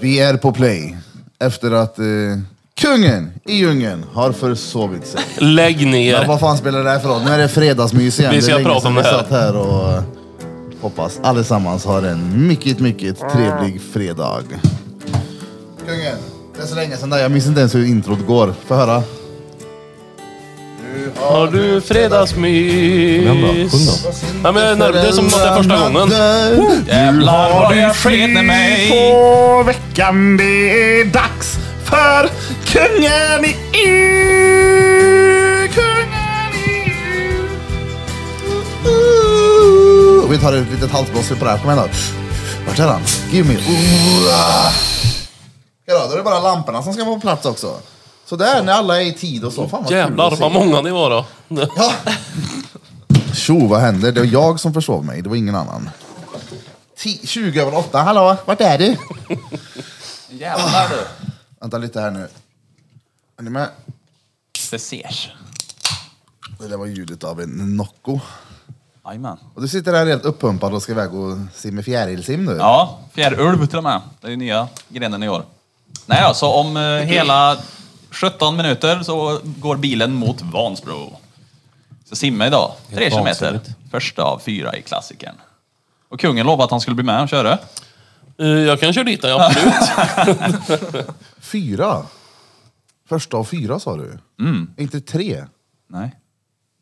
Vi är på play efter att eh, kungen i djungeln har försovit sig. Lägg Men ner. vad fan spelar det här för roll? Nu är det fredagsmys igen. Vi ska det är länge prata sedan vi om det här. satt här och eh, hoppas allesammans har en mycket, mycket trevlig fredag. Kungen, det är så länge sedan där. Jag minns inte ens hur introt går. Få höra. Nu Har du fredagsmys? Vem då? Sjung då. Ja, men jag är nerv- eh, det är som att det är första gången. Jävlar vad jag skenar mig. På veckan det är dags för kungen i EU. Kungen i EU. Och Vi tar ut ett litet halsblås på det här. Kom igen då. Vart är han? Give me. Ja, då är det bara lamporna som ska vara på plats också. Så där när alla är i tid och så. Fan vad kul Jävlar att se. vad många ni var då. Ja. Tjo, vad händer? Det var jag som försov mig, det var ingen annan. 10, 20 över 8, hallå, vart är du? Jävlar du. Vänta lite här nu. Är ni med? Det ses. Det där var ljudet av en Nocco. Jajamän. Och du sitter där helt uppumpad och ska iväg och simma fjärilsim nu. Ja, fjärulv till och med. Det är ju nya grenen i år. Nej då, så om eh, hela 17 minuter så går bilen mot Vansbro. Så simma idag. Tre Helt kilometer. vansinnigt. Första av fyra i klassikern. Och kungen lovade att han skulle bli med och köra. Eh, Jag kan köra dit den, ja, absolut. Fyra. Första av fyra sa du? Inte tre? Nej.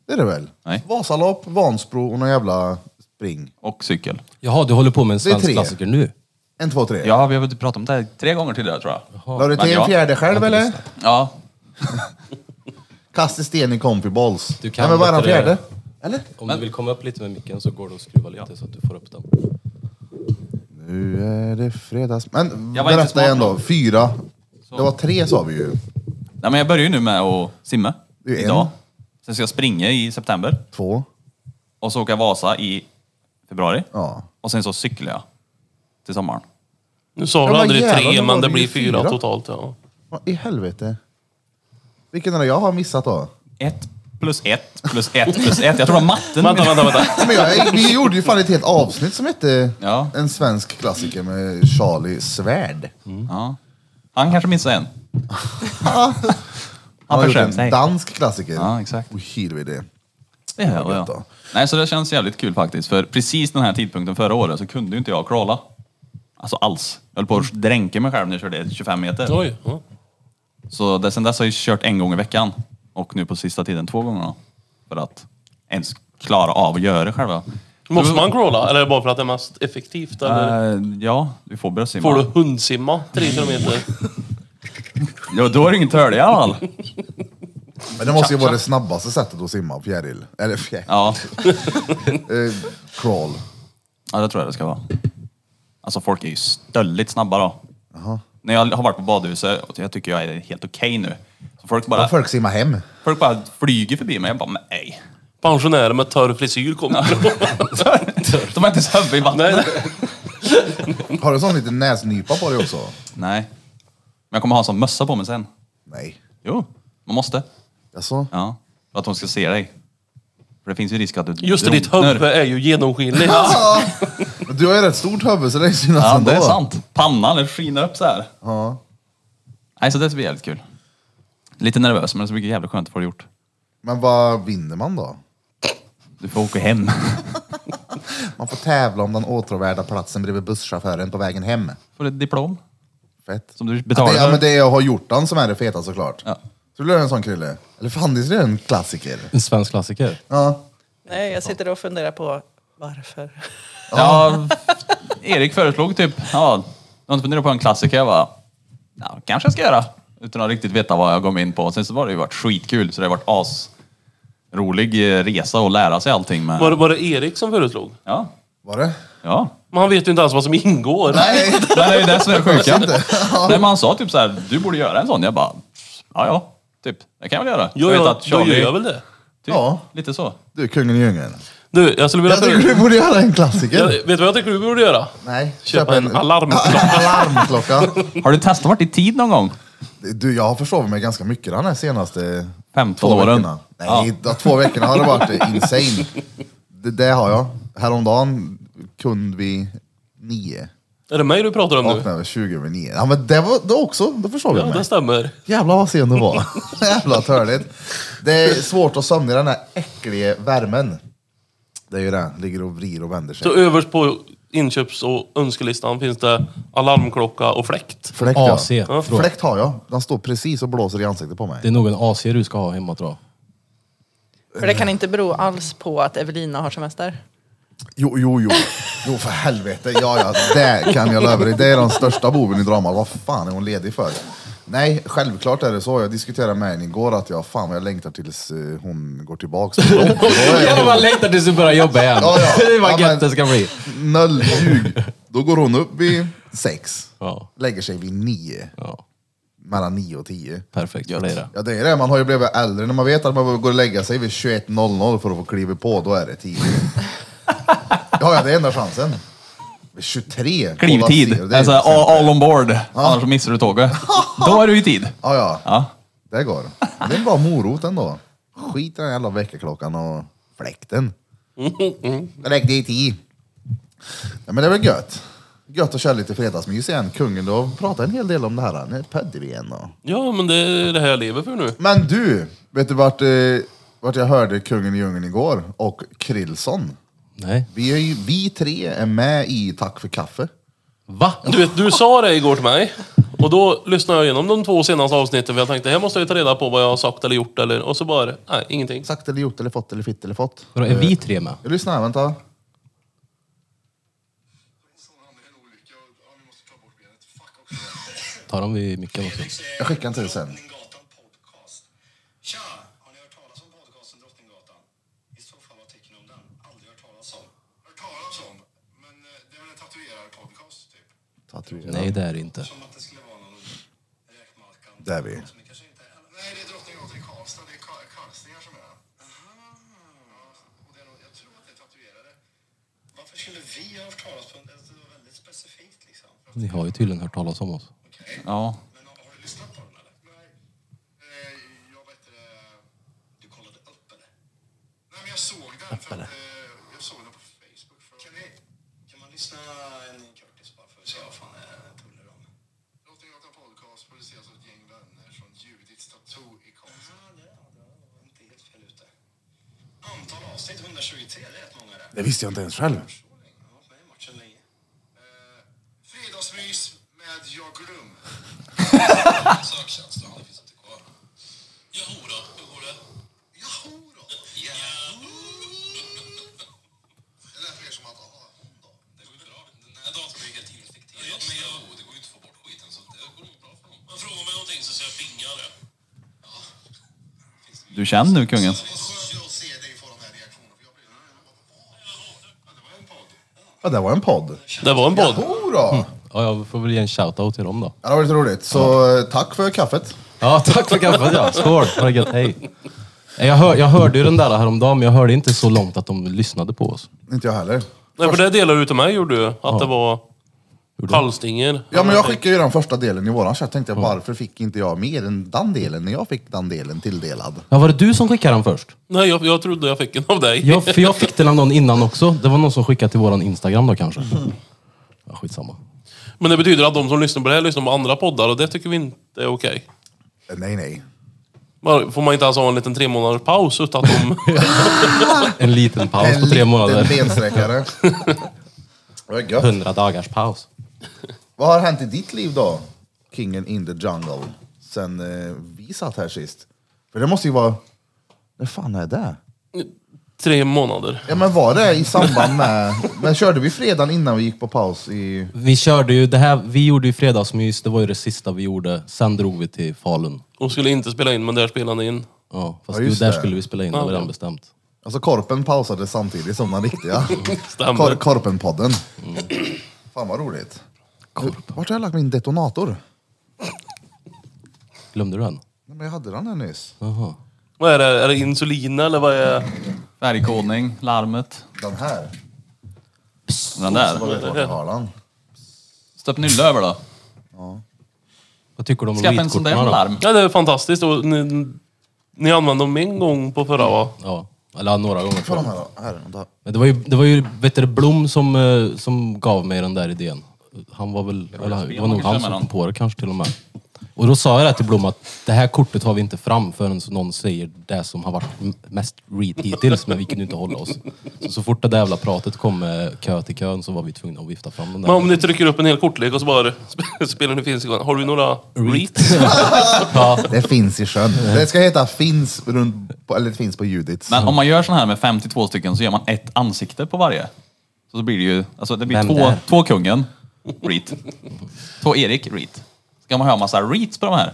Det är det väl? Mm. Nej. Vasalopp, Vansbro och någon jävla spring. Och cykel. Jaha, du håller på med en Det är svensk tre. klassiker nu? En, två, tre. Ja, vi har väl pratat om det här tre gånger tidigare tror jag. La du Men till en ja. fjärde själv Vänta, eller? lyssna. Ja, Kasta sten i compiballs. Du kan Nej, men varann bättre. fjärde. Eller? Om du vill komma upp lite med micken så går det att skruva lite så att du får upp den. Nu är det fredags. Men Jag var inte berätta smart igen då. nog. Fyra. Det var tre sa vi ju. Nej, men jag börjar ju nu med att simma. Det är en. Idag. Sen ska jag springa i september. Två. Och så åker jag Vasa i februari. Ja. Och sen så cyklar jag till sommaren. Nu sa Ja, du men aldrig jävlar, tre, då var men det vi blir ju fyra fyra. totalt. Ja. Vad i helvete? Vilken är det jag har missat då? Ett plus ett plus ett plus ett. Jag tror det var matten. Vänta, vänta, vänta. Ja, Men jag, vi gjorde ju fan ett helt avsnitt som hette Ja. En svensk klassiker med Charlie Svärd. Ja. Han kanske missar en. Han Han har gjort förskönt en sig. dansk klassiker. Ja, exakt. Och helvete. Det hör gött då. jag. Nej, så det känns jävligt kul faktiskt. För precis den här tidpunkten förra året så kunde ju inte jag crawla. Alltså alls. Jag höll på att dränka mig själv när jag körde 25 meter. Oj. ja. Så det, sen dess har jag kört en gång i veckan. Och nu på sista tiden två gånger då. För att ens klara av att göra det själva. Måste man crawla? Eller är det bara för att det är mest effektivt? Eller? Eh, ja, vi får börja simma. Får du hundsimma tre kilometer? Ja, då är det ingen törlig i alla fall. Men det måste ju vara det snabbaste sättet att simma. Fjäril. Eller fjäril. Ja. Eh, crawl. ja, det tror jag det ska vara. Alltså folk är ju stöldigt snabba då. När jag har varit på badhuset, och jag tycker jag är helt okej nu. Så folk bara, Och folk simmar hem. folk bara flyger förbi mig. Jag bara, men nej. Pensionärer med törr frisyr kommer. De har inte ens huvud i vattnet. Nej, Nej. Har du en sån liten näsnypa på dig också? Men jag kommer ha en sån mössa på mig sen. Nej. Jo, man måste. Jaså? Ja, för att de ska se dig. För det finns ju risk att du Just det, ditt drunknar. huvud är ju genomskinligt. Men Du har ju rätt stort huvud så det synas Ja, ändå. det är sant. Pannan den skiner upp så här. Ja. Nej, så det ska bli jävligt kul. Lite nervös, men det ska bli jävligt skönt att få det gjort. Men vad vinner man då? Du får åka hem. Man får tävla om den åtråvärda platsen bredvid busschauffören på vägen hem. Får ett diplom Fett. som du Ja, betalar det, ja, men för. det är jag har gjort den som är det feta såklart. Ja. Så du göra en sån Krille? Eller fan, det är en klassiker. En svensk klassiker? Ja. Nej, jag sitter och funderar på varför. Ja, Erik föreslog typ, ja, du har inte funderat på en klassiker? Jag bara, ja, kanske jag ska göra. Utan att riktigt veta vad jag gav mig in på. Sen så var det ju varit skitkul, så det har varit asrolig eh, resa och lära sig allting. Var Men, det, var det Erik som föreslog? ja, Var det? ja. Men han vet ju inte alls vad som ingår. Nej! Men det är ju det som är det sjuka. Nej, men han sa typ så här, du borde göra en sån. Jag bara, ja, ja, typ, det kan jag väl göra. Jo, jag vet ja, att då gör Charlie, jag väl det. typ, Ja. lite så. Du, kungen i djungeln. Du, jag skulle vilja... Jag tycker du borde göra en klassiker. Jag, vet du vad jag tycker du borde göra? Nej. Köpa en alarmklocka. alarmklocka. Har du testat varit i tid någon gång? Du, jag har försovit mig ganska mycket den här senaste 15 två åren. veckorna. Nej, de två veckorna har det varit insane. Det, det har jag. Häromdagen kund vi nio. Är det mig du pratar om nu? Vaknade 20 över 9. Ja men det var det också, då försov jag Ja, mig. det stämmer. Jävlar vad sen du var. Jävla törligt. Det är svårt att somna i den här äckliga värmen. Det är ju det, ligger och vrir och vänder sig. Så överst på inköps och önskelistan finns det alarmklocka och fläkt. Fläkt, ja. AC. Förlåt. Fläkt har jag. Den står precis och blåser i ansiktet på mig. Det är nog en AC du ska ha hemma tror jag. För det kan inte bero alls på att Evelina har semester. Jo, jo, jo. Jo, för helvete. Ja, ja, det kan jag lova dig. Det är den största boven i dramat. Vad fan är hon ledig för? Nej, självklart är det så. Jag diskuterade med henne igår att jag, fan vad jag längtar tills eh, hon går tillbaka. Då är Jävlar hon- vad längtar tills du börjar jobba igen. Ja, ja. Det är Ja, vad men- gött det ska bli. Noll ljug. Då går hon upp vid sex. Ja. Lägger sig vid nio. Ja, Mellan nio och tio. perfekt för dig det. Ja, det är det. Man har ju blivit äldre. När man vet att man behöver gå och lägga sig vid 21.00 för att få kliva på, då är det tidigt. ja, ja, det är enda chansen. Vid 23. Kolla, ser Klivtid. du, Alltså det är ju- all, all on board. Annars missar du tåget. Då är du i tid. Ja, ja. Ja. Det går. Det är en bra morot ändå. Skit i den jävla väckarklockan och fläkten. Det räckte i tid. Ja, men det är väl gött. Gött att köra lite fredagsmys igen. Kungen, du har pratat en hel del om det här. Nu är Pödder igen och... Ja, men det är det här jag lever för nu. Men du, vet du vart, eh, vart jag hörde Kungen i djungeln igår? Och Krillson. Nej. Vi, är ju, vi tre är med i Tack för kaffe. Va? Du vet, du sa det igår till mig. Och då lyssnade jag igenom de två senaste avsnitten för jag tänkte, här måste jag ju ta reda på vad jag har sagt eller gjort eller... Och så bara, nej, ingenting. Sagt eller gjort eller fått eller fitt eller fått. Vadå, är vi tre med? Jag lyssnar, vänta. Tar de vid micken också? Jag skickar inte det sen. Drottninggatan podcast. Tja! Har ni hört talas om podcasten Drottninggatan? I så fall, vad tycker ni om den? Aldrig hört talas om. Hört talas om? Men eh, det är väl en tatuerarpodcast, typ? Tatuera. Nej, det är det inte. Som att det skulle vara någon räkmackan. Det är vi. Som ni kanske inte är. Nej, det är Drottninggatan i Karlstad. Det är Ka- karlstingar som är det. Ja, och det är nog- jag tror att det är tatuerare. Varför skulle vi ha hört talas om det? Alltså, Det var väldigt specifikt, liksom. Ni har ju tydligen hört talas om oss. Ja. Men har, har du lyssnat på den eller? Nej. Eh, jag vet inte. eh, Du kollade upp eller? Nej men jag såg den. För, att, eh, jag såg den på Facebook. För... Kan, vi, kan man lyssna en Curtis bara för att se vad fan är tuller om? Drottninggatan podcast produceras av alltså ett gäng vänner från Judiths Tattoo i Karlstad. Ja, det var inte helt fel ute. Antal avsnitt 123, det är rätt många det. Det visste jag inte ens själv. Så länge. Jag har varit med i matchen länge. Eh, fredagsmys med Jag Glöm. Sökkänslan, det finns inte kvar. Jahora, hur går det? Jahora? Jahora! Det lät mer som att, aha, hon då? Det går ju bra. Den här datorn är helt infekterad. Ja, men jo, det går ju inte att få bort skiten, så det går nog bra för honom. Man frågar mig någonting så säger jag pinga det. Du är känd nu kungen. Vad skönt att se dig få de här reaktionerna, för jag blir... Ja, det var en podd. Ja, det var en podd. Mm. Det var en podd. Jodå! Ja, jag får väl ge en shout-out till dem då. Ja, det var lite roligt. Så eh, tack för kaffet. Ja, tack för kaffet ja. Skål, ha det gött, hej. Nej, Jag, hör, jag hörde ju den där häromdagen, men jag hörde inte så långt att de lyssnade på oss. Inte jag heller. Nej, för det delade du till mig gjorde du. Att det var kallstinger. Ja, men jag skickade ju den första delen i våran chatt. Tänkte jag, varför fick inte jag mer än den delen när jag fick den delen tilldelad? Ja, var det du som skickade den först? Nej, jag, jag trodde jag fick en av dig. Jag, för jag fick den av någon innan också. Det var någon som skickade till våran Instagram då kanske. Ja, skitsamma. Men det betyder att de som lyssnar på det här lyssnar på andra poddar och det tycker vi inte är okej. Eh, Nej, nej. Man- Får man inte alltså ha en liten tre månaders paus utan att de... En liten paus en på tre liten månader. bensträckare. Vad gött. Hundra dagars paus. Vad har hänt i ditt liv då? Kingen in the jungle. Sen eh, vi satt här sist. För det måste ju vara... När fan är det? tre månader. Ja men var det i samband med... Men körde vi fredagen innan vi gick på paus i... Vi körde ju det här, vi gjorde ju fredagsmys, det var ju det sista vi gjorde. Sen drog vi till Falun. Och skulle inte spela in, men där spelade ni in. Ja, fast Ja, ju just där det. skulle vi spela in, det var redan bestämt. Alltså korpen pausade samtidigt som den riktiga. Stämmer. Kor korpenpodden. Fan vad roligt. Vart har jag lagt min detonator? Glömde du den? Nej, men jag hade den här nyss. Jaha. Vad är det? Är det insulin eller vad är... Färgkodning, larmet. Den här. Vad Den där. vet du vart jag har den? Stöp nylle över då. Vad tycker du om Skaffa en sån readkorten där jävla då? larm. Ja, det är fantastiskt. Och ni, ni använde dem en gång på förra, va? Ja, eller ja, några gånger. Får tror de jag. här då? Här, vänta. Men det var ju, det var ju vet du, Blom som, eh, som gav mig den där idén. han var väl, eller det spela var nog kanske han med som någon. kom på det kanske till och med. Och då sa jag det till Blom att det här kortet har vi inte fram förrän så någon säger det som har varit m- mest read hittills, men vi kunde inte hålla oss. Så, så fort det där jävla pratet kom eh, kö till kön så var vi tvungna att vifta fram den där. Men om ni trycker upp en hel kortlek och så bara spelar ni finns igång. Har du några reats? Det finns i sjön. Det ska heta finns runt, på, eller det finns på Judits. Men om man gör sån här med 52 stycken så gör man ett ansikte på varje. Så, så blir det ju, alltså det blir Vem två, där? två kungen, reet. Två Erik, reet. Ska man ha massa reets på de här?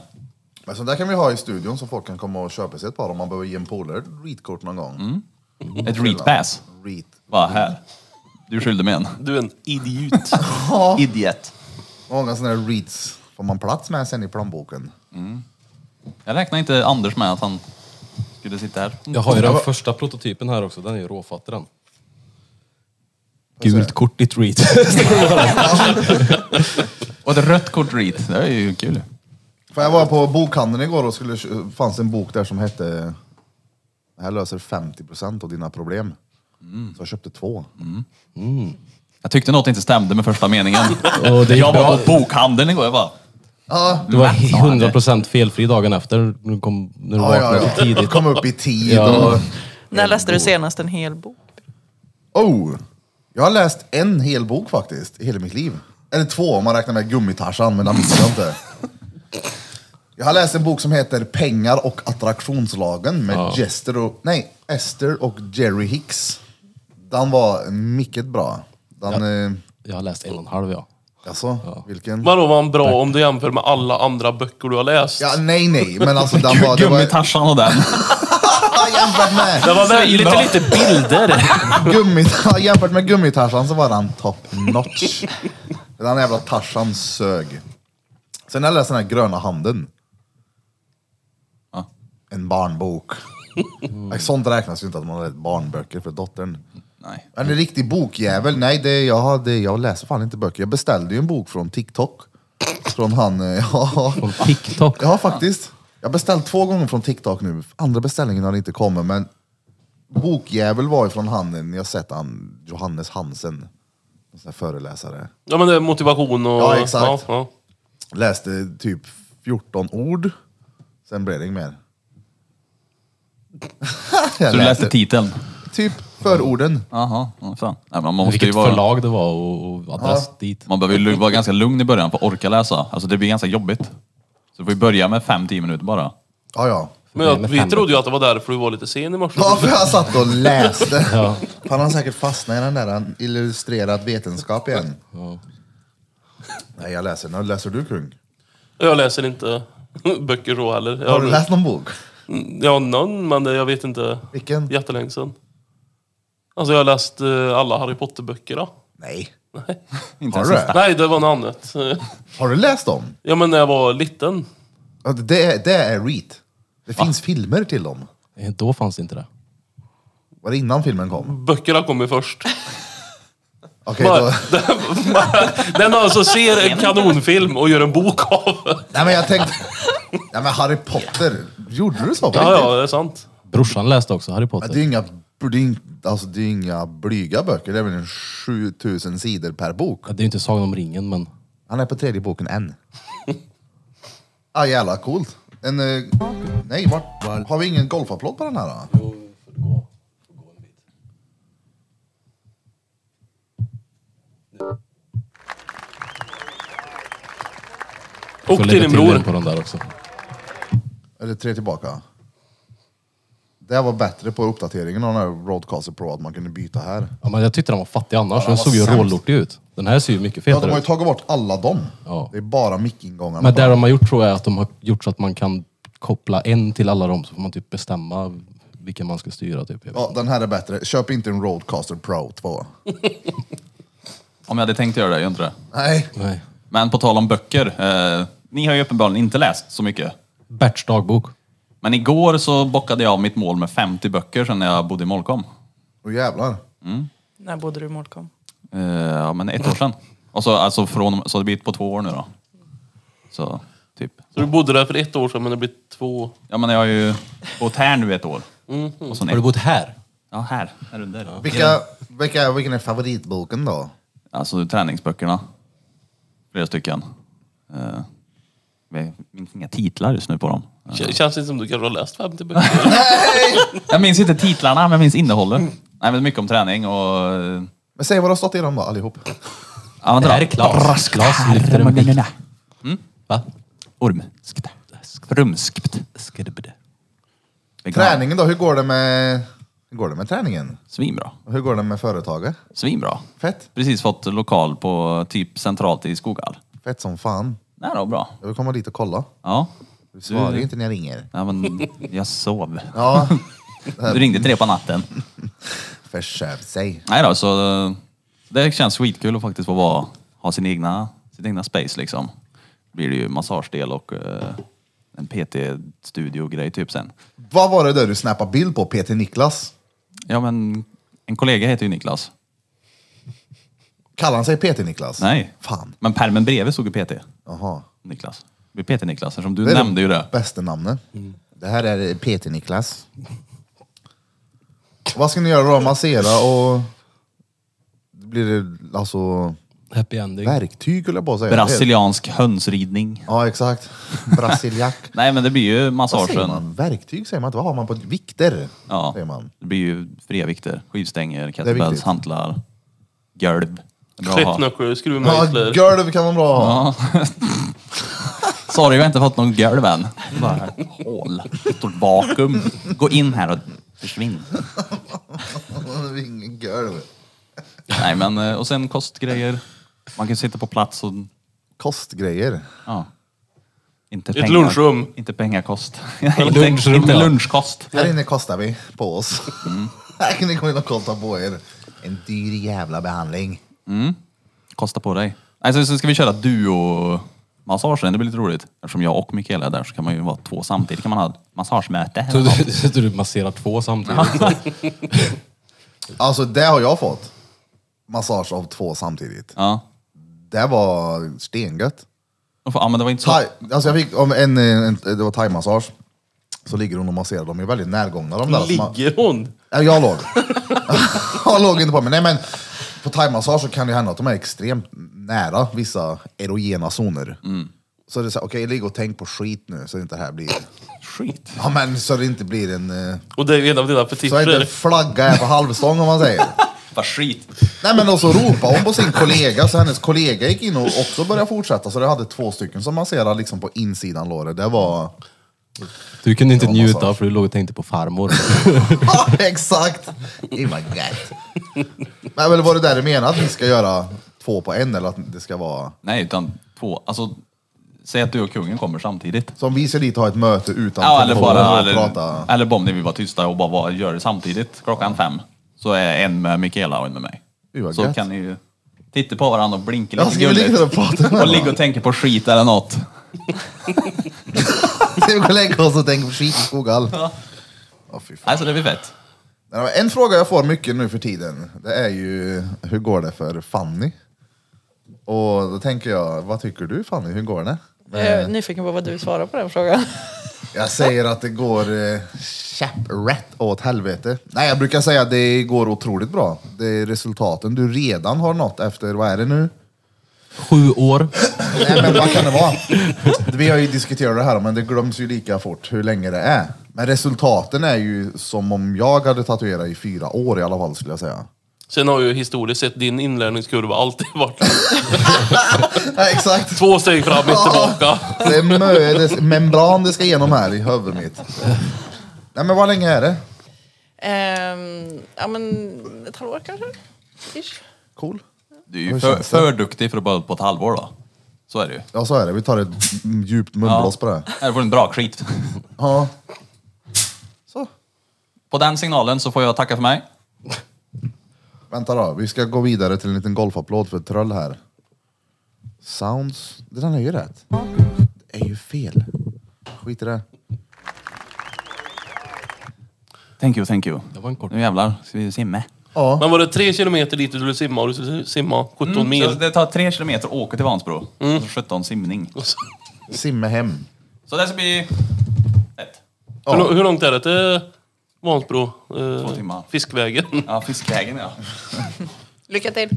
Men sånt där kan vi ha i studion så folk kan komma och köpa sig ett par om man behöver ge en polare ett reet-kort någon gång. Ett reet pass. Reet. Vad här? Du skyllde mig en. Du är en idiot. Idiot. Många sådana här reets får man plats med sen i plånboken. Jag räknar inte Anders med att han skulle sitta här. Jag har ju den första prototypen här också, den är ju råfattig den. Gult kort i tweet. Och ett rött kort reet. Det är ju kul. För jag var på bokhandeln igår och skulle, fanns en bok där som hette Det här löser 50% av dina problem. Så jag köpte två. Jag tyckte något inte stämde med första meningen. Och det gick jag var bra. på bokhandeln igår. Jag bara, Ja, Det var Matt sa det. 100% felfri dagen efter, när du kom, när du ja, ja, vaknade ja. för tidigt. Kom upp i tid Ja. och... När läste du senast en hel bok? Oh! Jag har läst en hel bok faktiskt, i hela mitt liv. Eller två om man räknar med gummitarsan, men den minns jag inte. Jag har läst en bok som heter Pengar och attraktionslagen med Jester och, nej, Esther och Jerry Hicks. Den var mycket bra. Den, eh, Jag har läst en och en halv ja. alltså, vilken? Vadå var han bra om du jämför med alla andra böcker du har läst? Ja, nej, nej, men alltså den var... Det var Gummitarsan och den. Ja, jämfört med, Det var väldigt bra. lite bilder. gummit, ja, jämfört med gummitarsan så var den top notch. Den jävla tarsan sög. Sen har jag läst den här Gröna handen. Ja. En barnbok. Sånt räknas ju inte att man har läst barnböcker för dottern. Nej. Är det en riktig bokjävel? Nej, det, jag, hade, jag läser fan inte böcker. Jag beställde ju en bok från TikTok. Från han, eh, ja. Från TikTok. Ja, faktiskt. Jag har beställt två gånger från TikTok nu. Andra beställningen har inte kommit, men bokjävel var ju från han, ni har sett han, Johannes Hansen. En sån här föreläsare. Ja men det är motivation och... Ja, exakt. Ja, Läste typ 14 ord, sen blev det inget mer. Så du läste titeln? Typ förorden. Jaha, ja, fan. Nej, men man måste ju Vilket vara... förlag det var och, och adress dit. Man behöver ju lu- vara ganska lugn i början för att orka läsa. Alltså det blir ganska jobbigt. Så vi börjar med 5-10 minuter bara. Ja, ja. Men jag, vi trodde ju att det var därför du var lite sen i morse. Ja, för jag satt och läste. Ja. Han har säkert fastnat i den där illustrerad vetenskap igen. Nej, jag läser. När läser du, kung? Jag läser inte böcker så heller. Jag Har du läst någon bok? Ja, någon, men det, jag vet inte. Vilken? Jättelänge sedan. Alltså jag har läst eh, alla Harry Potter-böcker då. Nej. Inte Har ens du sista. det? Nej, det var något annat. Har du läst dem? Ja, men när jag var liten. Ja, det, är- det är REIT. Det finns filmer till dem. Eh, Då fanns inte det. Var det innan filmen kom? Böckerna kom ju först. Okej, då, Bara- Den alltså ser en kanonfilm och gör en bok av. nej men jag tänkte... Nej men Harry Potter, gjorde du så? på Ja, riktigt? ja, det är sant. Brorsan läste också Harry Potter. Men Det är inga, det är inga, alltså det är inga blyga böcker, det är väl en 7000 sidor per bok. Ja, Det är ju inte Sagan om ringen men... Han är på tredje boken än. ah, jävla coolt. En, eh, nej, vart, har vi ingen golfapplåd på den här då? Och Får till lägga din en på bror. den där också. Eller tre tillbaka? Det här var bättre på uppdateringen av den här Roadcaster Pro, att man kunde byta här. Ja, men jag tyckte den var fattig annars, den den var såg ju sämst. rålortig ut. Den här ser ju mycket Ja, de har fetare ju ut. tagit bort alla dem. Ja. Det är bara mickingångarna. Men på det de har gjort tror jag är att de har gjort så att man kan koppla en till alla dem så får man typ bestämma vilken man ska styra typ. Jag vet. Ja, den här är bättre. Köp inte en Roadcaster Pro 2. Om jag hade tänkt göra det, gör inte det. Nej. Nej. Men på tal om böcker. Eh, ni har ju uppenbarligen inte läst så mycket. Berts dagbok. Men igår så bockade jag av mitt mål med 50 böcker sen när jag bodde i Molkom. Åh jävlar. När bodde du i Molkom? Eh, ja, men ett år sedan. Och så, alltså från, så det blir på två år nu då. Så typ. Så du bodde där för ett år sedan, men det blir två. Ja men jag har ju bott här nu ett år. Och så Mhm. Har du nej. bott här? Ja, här. Här under. Vilka, vilka, vilken är favoritboken då? Alltså träningsböckerna. Flera stycken. Eh, jag minns inga titlar just nu på dem. K- känns inte som du kanske har läst 50 böcker. Jag minns inte titlarna, men jag minns innehållet. Mm. Nej, men mycket om träning och... eh, Men säg vad du har stått igenom då, allihop. Ja, vänta Det då. här är Klas. Klas lyfter en vikt. Va? Mm? Orm. Rumskt. Skrubbde. Träningen då, hur går det med, hur går det med träningen? Svinbra. Och hur går det med företaget? Svinbra. Fett? Precis fått lokal på typ centralt i Skoghall. Fett som fan. Nej då, bra. Jag vill komma dit och kolla. Ja. Du svarar ju inte när jag ringer. ja men jag sov. Ja, Du ringde tre på natten. försöv sig. Nej då, så eh, det känns skitkul att faktiskt få vara, ha sin egna, sitt egna space liksom. Blir det ju massagedel och eh, en PT-studio-grej typ sen. Vad var det där du snappade bild på, PT Niklas? Ja men, en kollega heter ju Niklas. Kallar han sig PT Niklas? Nej. Fan. Men permen bredvid stod ju PT. Jaha. Niklas. Det blir PT Niklas eftersom du Det är nämnde ju det. Bästa namnet. Det här är PT Niklas. Vad ska ni göra då? Massera och... Blir det alltså Happy ending. verktyg höll jag på att säga. Brasiliansk hönsridning. Ja exakt. Brasiliak. Nej men det blir ju Vad säger massagen. man? Verktyg säger man inte. Vad har man på vikter? Ja. Säger man. Det blir ju fria vikter. Skivstänger, viktigt. kettlebells, hantlar, golv. Det är bra att ha. Klippnackor, Ja, skruvmejsler. golv kan vara bra att ha. Sorry, vi har inte fått någon golv än. Bara ett hål. Ett stort vakuum. Gå in här och försvinn. Ingen golv. Nej men, eh, och sen kostgrejer. Man kan sitta på plats och, Kostgrejer. ja. Inte Ett lunchrum. Inte pengakost. inte, lunchrum, inte ja. lunchkost. Här inne kostar vi på oss. Här kan ni komma in och kosta på er. En dyr jävla behandling. Kosta på dig. Nej, så- så ska vi köra duo-massagen, det blir lite roligt. Eftersom jag och Mikaela är där så kan man ju vara två samtidigt. kan man ha ett massagemöte. Så du, så du masserar två samtidigt? Alltså det har jag fått. Massage av två samtidigt. Ja. Det var stengött. Och för- ja, men det var inte så... Thai, alltså jag fick om en, en, det var thaimassage. Så ligger hon och masserar. De är väldigt närgångna de där. Så man- Ligger hon? Ja, jag låg. jag låg inte på mig. Nej men på thaimassage så kan det hända att de är extremt nära vissa erogena zoner. Så det är såhär, okej ligg och tänk på skit nu så det inte här blir... Skit. Ja men så det inte blir en... eh, Och det är en av dina Så att inte fetischer. flagga är på halvstång om man säger. Vad skit. Nej men och så ropade hon på sin kollega, så hennes kollega gick in och också började fortsätta. Så det hade två stycken som masserade liksom på insidan låret. Det var... Du kunde inte Ja, njuta massage. för du låg och tänkte på farmor. Ja, exakt! Det var gött. Nej men var det där du menar att ni ska göra två på en eller att det ska vara... Nej, utan två. Alltså, säg att du och kungen kommer samtidigt. Så om vi ska dit och ha ett möte utan Ja, eller telefoner bara... och Eller, prata... eller bara om ni vill vara tysta och bara vara, gör det samtidigt klockan fem. Så är en med Mikaela och en med mig. Gud, vad Så gött. kan ni ju titta på varandra och blinka Jag lite ska väl ligga där och gulligt. prata med Och varandra. ligga och tänka på skit eller något. Ska vi gå och lägga oss och tänka på skit i Skoghall? Ja. fy fan. Alltså det blir fett. Nej, men eh, En fråga jag får mycket nu för tiden, det är ju hur går det för Fanny? Och då tänker jag, vad tycker du Fanny, hur går det? Jag är nyfiken på vad du svarar på den frågan. Jag säger att det går eh, käpprätt åt helvete. Nej, jag brukar säga att det går otroligt bra. Det är resultaten du redan har nått efter, vad är det nu? Sju år. Nej, men vad kan det vara? Vi har ju diskuterat det här, men det glöms ju lika fort hur länge det är. Men resultaten är ju som om jag hade tatuerat i fyra år i alla fall, skulle jag säga. Sen har ju historiskt sett din inlärningskurva alltid varit Ja, exakt. två steg fram, ett tillbaka. Det är mö, det är membran det ska igenom här i huvudet mitt. Nej men vad länge är det? Ehm, ja, men ett halvår kanske? Ish. Cool. Du är ju Hur för, känns det? för duktig för att bara på ett halvår då. Så är det ju. Ja så är det, vi tar ett m- djupt munblås på det. Här får du en bra skit. Ja. Så. På den signalen så får jag tacka för mig. Vänta då, vi ska gå vidare till en liten golfapplåd för Tröll här. Sounds... Det där är ju rätt. Det är ju fel. Skit i det. Thank you, thank you. Det var en kort. Nu jävlar ska vi simma. Ja, Men var det tre kilometer dit du skulle simma och du skulle simma 17 Mm, Så mil? det tar tre kilometer att åka till Vansbro. Och så 17 simning. Och så- simme hem. Så det ska bli... Ett. Hur, lång- hur långt är det till Vansbro? Eh, Två timmar. Fiskvägen. Ja, fiskvägen ja. Lycka till!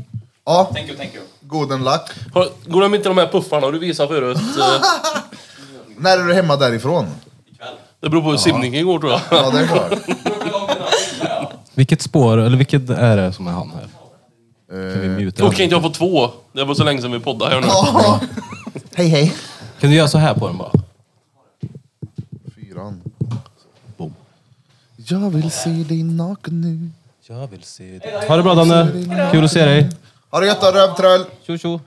Ja, Thank you, thank you. Golden luck. Har- Går de inte de här puffarna du visade förut? Eh, När är du hemma därifrån? Det beror på hur simningen går tror jag. Ja, det är klart. Vilket spår, eller vilket är det som är han här? Kan vi muta Då honom? kan inte jag få två. Det var så länge sedan vi poddade här nu. Ja. Hej, hej. Kan du göra så här på den bara? Fyran. Boom. Jag vill se dig naken nu. Jag vill se dig. Ha det bra Danne! Kul att se dig! Har du gött då, rövtröll? Tjo tjo!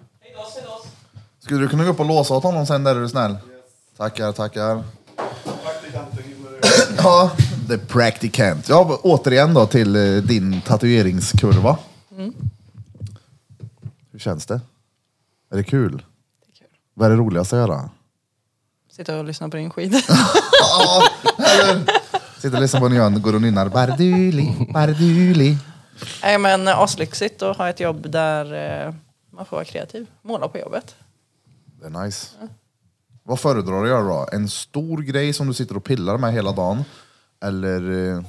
Skulle du kunna gå upp och låsa åt honom sen där är du snäll? Tackar, tackar. ja, the practicant. Ja, återigen då till eh, din tatueringskurva. Mm. Hur känns det? Är det kul? Det är kul. Vad är det roligaste att göra? Sitta och lyssna på din skit. Sitter och lyssnar på Nyan, går och nynnar Barduli, Barduli. Nej men eh, aslyxigt att ha ett jobb där eh, man får vara kreativ. Måla på jobbet. Det är nice. Vad föredrar du att göra då? En stor grej som du sitter och pillar med hela dagen? Eller eh,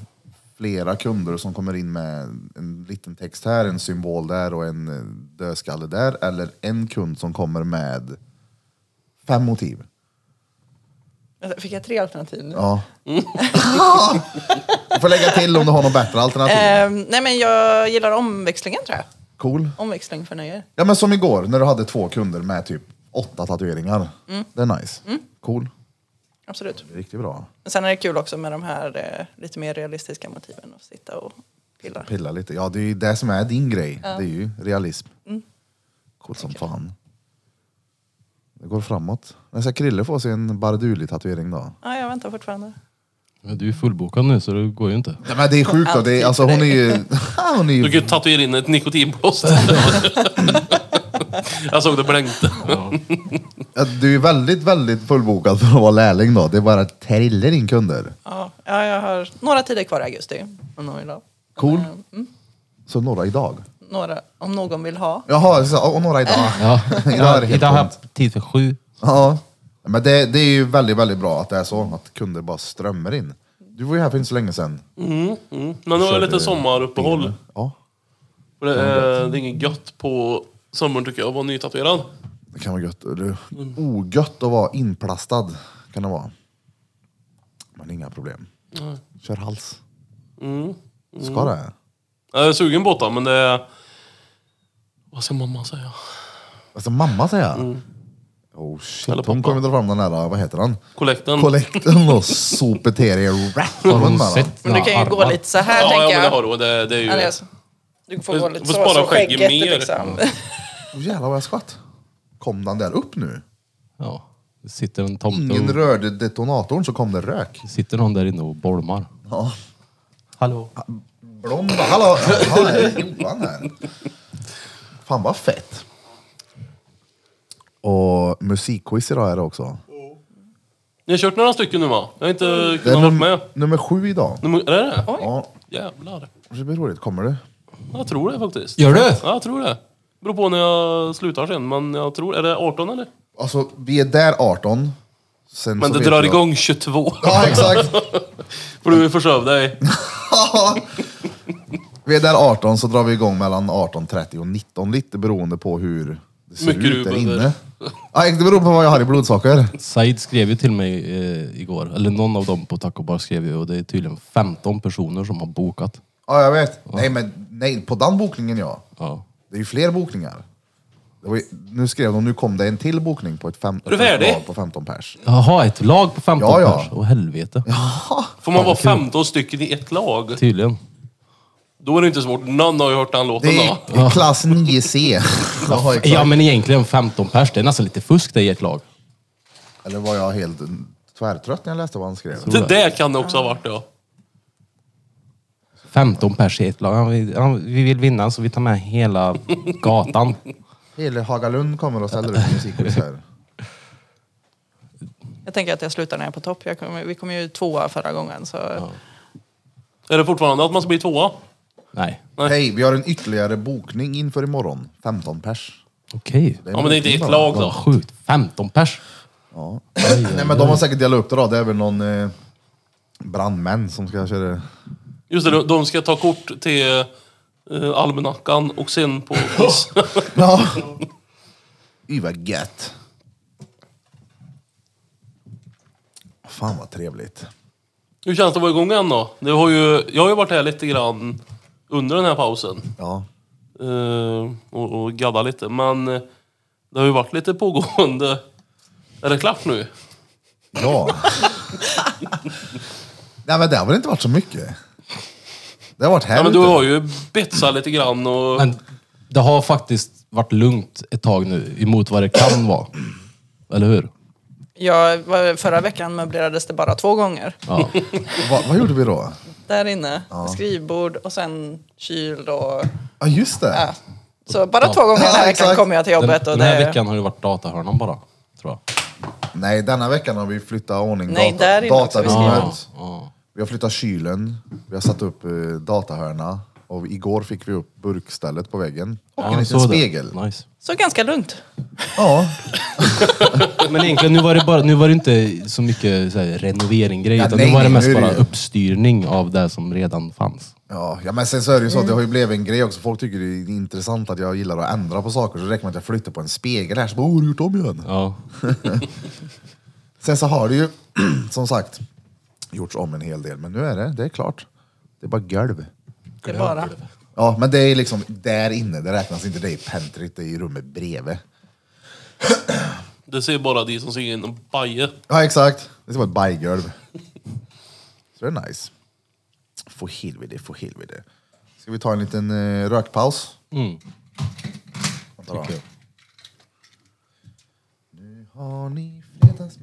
flera kunder som kommer in med en liten text här, en symbol där och en eh, dödskalle där? Eller en kund som kommer med fem motiv? Vänta, Fick jag tre alternativ nu? Ja. du får lägga till om du har något bättre alternativ. Ehm, nej men jag gillar omväxlingen tror jag. Cool. Omväxling för nöjer. Ja men som igår när du hade två kunder med typ åtta tatueringar. Det är nice. Cool. Absolut. Det är riktigt bra. Men sen är det kul också med de här eh, lite mer realistiska motiven att sitta och pilla. Pilla lite. Ja, det är ju det som är din grej. Det är ju realism. Coolt som fan. Det går framåt. När ska Krille få sin Barduli-tatuering då? Ja, jag väntar fortfarande. Men du är ju fullbokad nu så det går ju inte. Nej, men det är sjukt då. Det är, alltså, hon är ju... hon är Du ju kan ju tatuera in ett nikotinplåster. jag såg det blänkte. ja, du är väldigt, väldigt fullbokad för att vara lärling då. Det är bara att trillar in kunder. Ja, ja, jag har några tider kvar i augusti. Om någon vill ha. Cool. Ehm, mm, Så några idag. några, om någon vill ha. Jaha, så, och några idag. Ja. Idag är det helt Idag har tomt. jag tid för sju. Ja, men det, det är ju väldigt, väldigt bra att det är så. Att kunder bara strömmar in. Du var ju här för inte så länge sedan. Men det var Körde lite sommaruppehåll. Ja, Och Det är, det är inget gött på sommaren tycker jag, att vara nytatuerad. Det kan vara gött. Eller ogött att vara inplastad. Kan det vara. Men inga problem. Kör hals. Ska det? Jag är sugen på det, men det är... Vad ska mamma säga? Alltså mamma säger jag. Oh Eller shit, pappa. hon kommer dra fram den där, vad heter han? Kollekten? Kollekten och sopeteria rap har hon med då. Men du kan ju gå lite så här ja, tänker ja, men det jag. har du. Det, det är ju... Andreas, du får Du gå lite får så, spara så skägget skägget mer. liksom. Åh, Oh, Jävlar vad jag skvatt. Kom den där upp nu? Ja. Det sitter en tomte Ingen och... rörde detonatorn så kom det rök. det sitter någon där inne och bolmar. Ja. Hallå? Blond bara, hallå, jaha, här är Johan här. Fan vad fett. Och musikquiz idag är det också. Ni har kört några stycken nu va? Jag har Mm. inte Det är kunnat vara num- med. nummer sju idag. Nummer- Är det det? Ja, Jävlar. det blir roligt. Kommer du? Jag tror det faktiskt. Gör du? Ja, jag tror det. Beror på när jag slutar sen, men jag tror... Är det 18 eller? Alltså, vi är där 18. Sen Men så det vet drar jag- igång 22. Ja, exakt. Får du försöv dig. Vi är där 18 så drar vi igång mellan 18.30 och 19 lite beroende på hur det ser Mycket ut där Ruben där. inne. Ja, det beror på vad jag har i blodsaker. Said skrev ju till mig eh, igår, eller någon av dem på Taco Bar skrev ju och det är tydligen 15 personer som har bokat. Ja, jag vet. Nej, men nej, på den bokningen ja. Ja. Det är ju fler bokningar. Det var ju, nu skrev de, nu kom det en till bokning på ett, fem, du färdig? ett lag på 15 pers. Jaha, ett lag på 15 Ja, ja. pers? Åh helvete. Får man vara 15 stycken i ett lag? Tydligen. Då är det inte svårt. Någon har ju hört den låten Det då. är i klass 9C. Ja, exakt. Ja men egentligen 15 pers, det är nästan lite fusk det i ett lag. Eller var jag helt tvärtrött när jag läste vad han skrev? Det där kan det också ha varit ja. 15 pers i ett lag. Ja, vi, ja, vi vill vinna så vi tar med hela gatan. Hela Hagalund kommer och ställer ut musikquiz här. Jag tänker att jag slutar när jag är på topp. Jag kommer, vi kom ju tvåa förra gången. Så Är det fortfarande att man ska bli tvåa? Nej. Hej, vi har en ytterligare bokning inför imorgon. 15 pers. Okej. är Ja men det är inte i ett bokning lag Vad då. sjukt. 15 pers. bara. Nej men de har säkert delat upp det då. Det är väl någon eh, brandmän som ska köra. Just det, de- de ska ta kort till eh, almanackan och sen på quiz. Ja. Y vad gött. Fan vad trevligt. Hur känns det att vara igång igen då? Det har ju, jag har ju varit här lite grann under den här pausen Ja. eh, och, och gaddat lite, men eh, det har ju varit lite pågående... Är det klart nu? Ja. Nej men det har väl inte varit så mycket. Det har varit här Ja, men du ute. har ju betsat lite grann och... Men det har faktiskt varit lugnt ett tag nu, emot vad det kan vara. Eller hur? Jag, var- förra veckan möblerades det bara två gånger. Ja. Va, vad gjorde vi då? Där inne, skrivbord och sen kyl och... Ja just det. Ja. Så bara två gånger den Ja, här veckan exakt. kommer jag till Den, jobbet. den och det... här veckan har det varit datahörnan bara, tror jag. Nej denna veckan har vi flyttat i ordning Nej, där inne också vi skriver. datarummet. Ja. Vi har flyttat kylen, vi har satt upp eh, datahörna och igår fick vi upp burkstället på väggen. Och en Ja, liten så det. spegel. Nice. Så ganska lugnt. Ja, Men egentligen, nu var det, bara, nu var det inte så mycket så här, renovering grejer, Ja, utan nej, nu var det nej, nu mest är det bara ju- uppstyrning av det som redan fanns. Ja, ja men sen så är det ju så, att det har ju blivit en grej också. Folk tycker det är intressant att jag gillar att ändra på saker. Så det räcker med att jag flyttar på en spegel här, så bara, "Åh, har du gjort om igen? Ja. Sen så har det ju, som sagt, gjorts om en hel del. Men nu är det, det är klart. Det är bara golv. Det är bara. Ja, men det är liksom där inne, det räknas inte. Det är i pentryt, det är i rummet bredvid. Det ser bara de som ser in och bajer. Ja, exakt. Det ska vara ett bajgolv. Så det är nice. Få helvete, få helvete. Ska vi ta en liten eh, rökpaus? Mm. Vänta då. Nu har ni fredagsmys.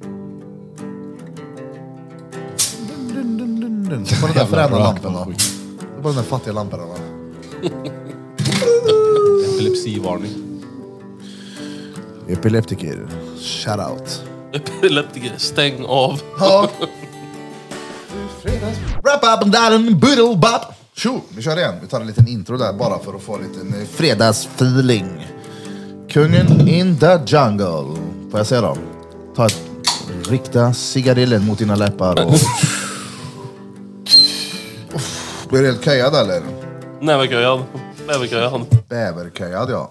Dun, dun, dun, dun, dun. Sätt på den där fräna lampan då. Sätt på den där fattiga lampan då. Epilepsivarning. Epileptiker. Shout out. Epileptiker, stäng av. Ja. Wrap up and down boodle bop. Tjo, vi kör igen. Vi tar en liten intro där bara för att få en liten eh, fredagsfeeling. Kungen in the jungle. Får jag se då? Ta ett, rikta cigarillen mot dina läppar och... Uff, blir du helt köjad eller? Näverköjad. Näverköjad. Bäverköjad ja.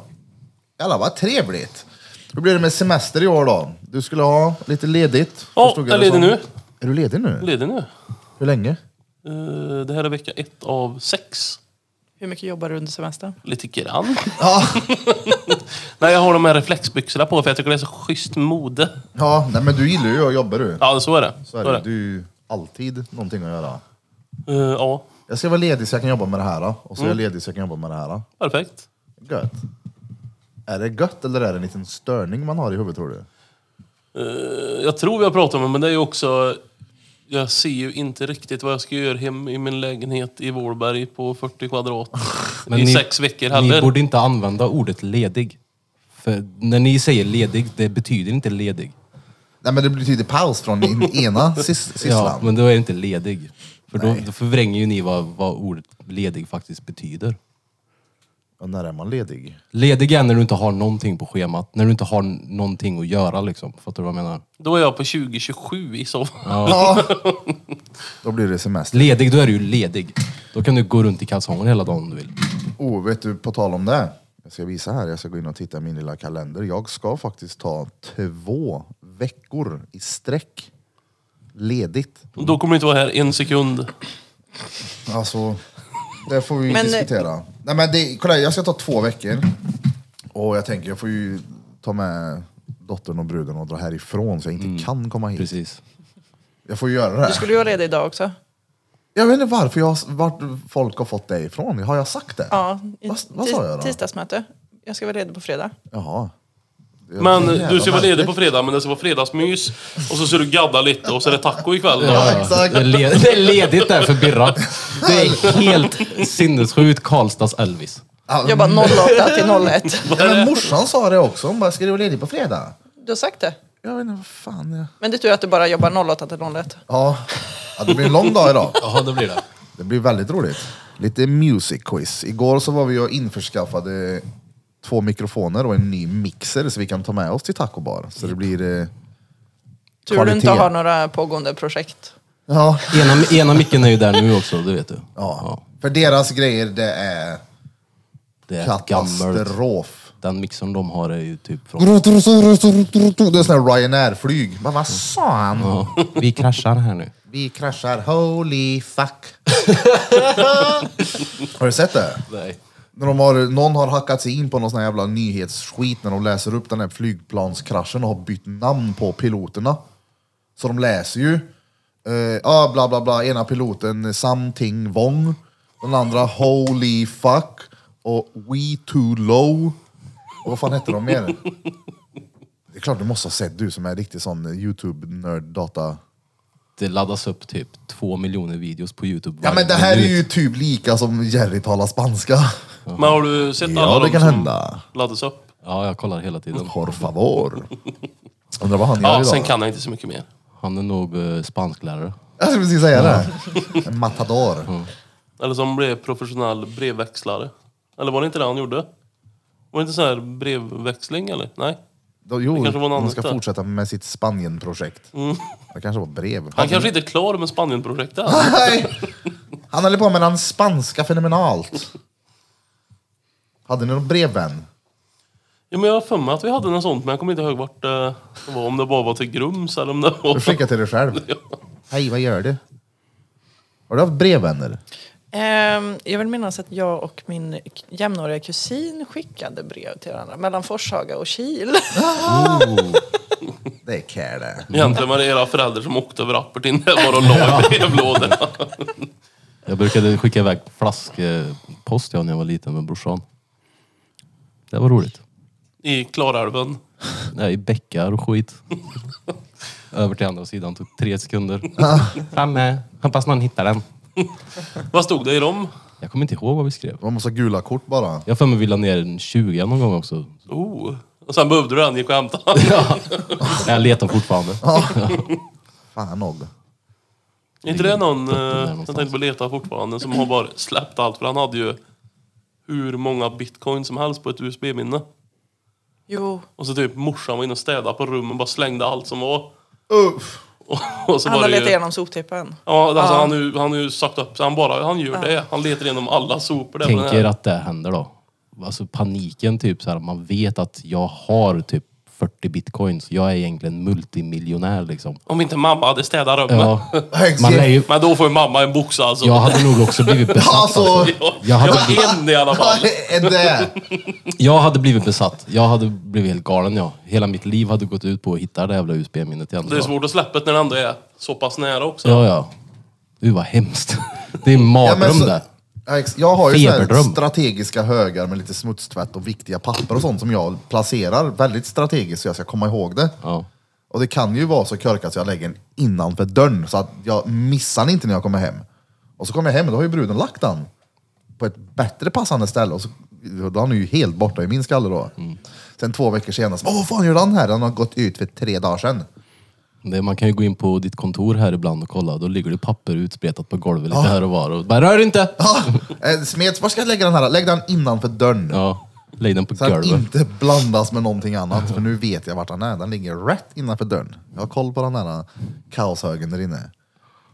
Jalla vad trevligt. Hur blir det med semester i år då? Du skulle ha lite ledigt. Ja, förstod jag är det som. ledig nu. Är du ledig nu? Ledig nu. Hur länge? Eh, Det här är vecka ett av sex. Hur mycket jobbar du under semestern? Lite grann. Nej, jag har de här reflexbyxorna på för jag tycker det är så schysst mode. Ja, nej, men du gillar ju att jobba du. Ja, så är det. Så är det. Du är ju alltid någonting att göra. Eh, ja, Jag ska vara ledig så jag kan jobba med det här. då. Och så är jag ledig så jag kan jobba med det här. då. perfekt. Gött. Är det gött eller är det en liten störning man har i huvudet tror du? Eh, jag tror vi har pratat om det, men det är ju också... Jag ser ju inte riktigt vad jag ska göra hem i min lägenhet i Vårberg på 40 kvadrat i sex veckor Ni heller. borde inte använda ordet ledig. För när ni säger ledig, det betyder inte ledig. Nej men det betyder paus från din ena sys- Ja, sysslan. men då är det inte ledig. För då, då förvränger ju ni vad, vad ordet ledig faktiskt betyder. Och när är man ledig? Ledig är när du inte har någonting på schemat, när du inte har n- någonting att göra liksom. Fattar du vad jag menar? Då är jag på 2027 i så fall. Ja. Då blir det semester. Ledig, då är du ju ledig. Då kan du gå runt i kalsonger hela dagen om du vill. Oh, vet du, på tal om det. Jag ska visa här, jag ska gå in och titta i min lilla kalender. Jag ska faktiskt ta två veckor i sträck ledigt. Då kommer du inte vara här en sekund. Alltså, det får vi ju Men- eh, diskutera. Nej, men det, kolla, här, jag ska ta två veckor. Och jag tänker, jag får ju ta med dottern och bruden och dra härifrån så jag inte kan komma hit. Precis. Jag får ju göra det. här. Du skulle ju vara ledig idag också. Jag vet inte varför jag, vart folk har fått det ifrån. Har jag sagt det? Ja, i Vad- vad tis- sa jag då? tisdagsmöte. Jag ska vara ledig på fredag. Jaha. Det är Men så jävla du ska vara ledig märkligt. på fredag, men det ska vara fredagsmys. Och så ska du gadda lite och så är det taco ikväll. då. Ja, exakt. Det är, le- det är ledigt där för Birra. Det är helt sinnessjukt Karlstads Elvis. Ja, Jobba 08 till 01. ja, men morsan sa det också. Hon bara, ska du vara ledig på fredag? Du har sagt det. Jag vet inte vad fan jag... Men det är tur att du bara jobbar 08 till 01. Ja. ja, det blir en lång dag idag. Ja, det blir det. Det blir väldigt roligt. Lite music quiz. Igår så var vi och införskaffade två mikrofoner och en ny mixer så vi kan ta med oss till Taco Bar. Så det blir... Eh, Tur du inte Kvalitet. har några pågående projekt. ja. Ena, ena micken är ju där nu också, det vet du. ja. För deras grejer det är Det är ett gammalt... katastrof. Den mixern de har är ju typ från... Det är sån här Ryanair-flyg. Men vad sa han? Ja, vi kraschar här nu. Vi kraschar, holy fuck. har du sett det? Nej. När de har, någon har hackat sig in på någon sån här jävla nyhetsskit när de läser upp den här flygplanskraschen och har bytt namn på piloterna. Så de läser ju, eh, ah, bla bla bla, ena piloten something Wong, den andra holy fuck och we too low. Och vad fan hette de mer? Det är klart du måste ha sett du som är riktig sån youtube-nörd-data. Det laddas upp typ två miljoner videos på Youtube Ja varje men det här är minut. ju typ lika som Jerry talar spanska. Men har du sett Ja alla det de kan som hända. laddas upp? Ja, jag kollar hela tiden. Por favor. Undrar vad han gör Ja, idag. sen kan jag inte så mycket mer. Han är nog eh, spansklärare. Jag skulle precis säga det. En matador. Eller som blev professionell brevväxlare. Eller var det inte det han gjorde? Var det inte så här brevväxling eller? Nej. Då, jo, Det kanske var något hon ska annat där. fortsätta med sitt Spanien-projekt. Det kanske var brev. Mm. Han kanske inte är klar med Spanien-projektet. Nej! Han höll på med den spanska fenomenalt. Hade ni någon brevvän? Ja, men jag har för mig att vi hade något sånt, men jag kommer inte ihåg vart det var. Om det bara var till Grums eller om det Du var... skickade till dig själv. Hej, vad gör du? Har du haft brevvänner? Ehm, jag vill minnas att jag och min k- jämnåriga kusin skickade brev till varandra mellan Forshaga och Kil. Det är care det. Egentligen var det era föräldrar som åkte över Appertin där bara och la i brevlådorna. Jag brukade skicka iväg eh, flaskpost jag när jag var liten med brorsan. Det var roligt. I Klarälven. Nej, Äh, I bäckar och skit. Över till andra sidan, tog tre sekunder. Framme, hoppas någon hittar den. Vad stod det i dem? Jag kommer inte ihåg vad vi skrev. Man måste ha gula kort bara. Jag har för mig vi la ner en 20 någon gång också. Oh. Och sen behövde du den, gick och hämtade den. Ja. Jag letar fortfarande. Fan nog. Är inte det någon, Toppen där eh, jag någonstans. tänkte på leta fortfarande, som har bara släppt allt? För han hade ju hur många bitcoin som helst på ett USB-minne. Jo, Och så typ morsan var inne och städade på rummen, bara slängde allt som var. Uff. Och, och så han var har det letat ju, igenom soptippen. Ja, alltså han har ju, han har ju sagt upp sig. Han bara, han gör det. Han letar igenom alla sopor där på den Tänk här. er att det händer då. Alltså paniken, typ så här, man vet att jag har typ 40 bitcoins. Jag är egentligen multimiljonär liksom. Om inte mamma hade städat rummet. Ja. Exakt. Man lär ju, Men då får ju mamma en box alltså. jag hade nog också blivit besatt. Alltså, Jag Jag hade, blivit, var en i alla fall. vad är det? jag hade blivit besatt. Jag hade blivit helt galen jag. Hela mitt liv hade gått ut på att hitta det jävla USB-minnet igen. Det är svårt att släppa det när det ändå är så pass nära också. Ja, ja. Du vad hemskt. Det är en Ja, men mardröm så- där. Ja, ex- Jag har ju såna här Feberdröm. strategiska högar med lite smutstvätt och viktiga papper och sånt som jag placerar väldigt strategiskt så jag ska komma ihåg det. Ja. Och det kan ju vara så körkat så jag lägger den innanför dörren så att jag missar den inte när jag kommer hem. Och så kommer jag hem och då har ju bruden lagt den på ett bättre passande ställe och så och då är han ju helt borta i min skalle då. Sen två veckor senare, så, "Åh, vad fan gör den här? Den har gått ut för tre dagar sedan. Det, man kan ju gå in på ditt kontor här ibland och kolla. Då ligger det papper utspretat på golvet lite här och var. Och bara, rör inte! Ah, eh, Smeds, var ska jag lägga den här? Lägg den innanför dörren. Ja, lägg den på Så att golvet. inte blandas med någonting annat, för nu vet jag vart han är. Den ligger rätt innanför dörren. Jag har koll på den där äh, kaoshögen där inne.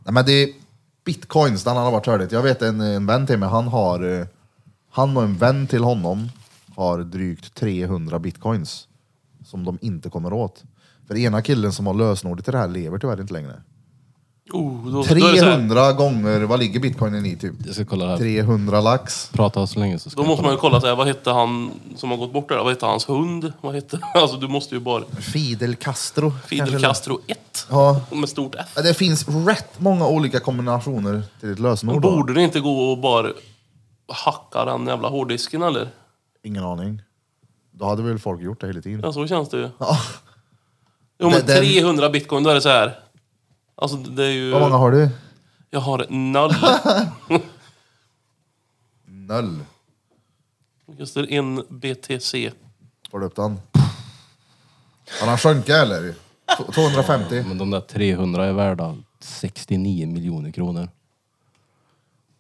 Nej, men det är bitcoins, den har varit hörligt. Jag vet en, en vän till mig, han har... eh, Han och en vän till honom har drygt 300 bitcoins som de inte kommer åt. För ena killen som har lösenordet till det här lever tyvärr inte längre. Oh, då, då, är det så här, 300 gånger, vad ligger bitcoinen i typ? Jag ska kolla här. 300 lax. Prata så länge så ska då jag måste man kolla. ju kolla så här, vad hette han som har gått bort där? Vad hette hans hund? Vad hette, alltså du måste ju bara... Fidel Castro. kanske Fidel det- Castro 1. Ja, Med stort F. Ja, Det finns rätt många olika kombinationer till ett lösenord. då. Borde det inte gå och bara hacka den jävla hårddisken eller? Ingen aning. Då hade väl folk gjort det hela tiden. Ja, så känns det ju. Ja. Jo, men Den- 300 bitcoin, då är det så här. Alltså det är ju... Vad många har du? Jag har noll. Noll. Just det, en BTC. Får du upp den? Har han sjunkit eller? T- 250? Men de där 300 är värda 69 miljoner kronor.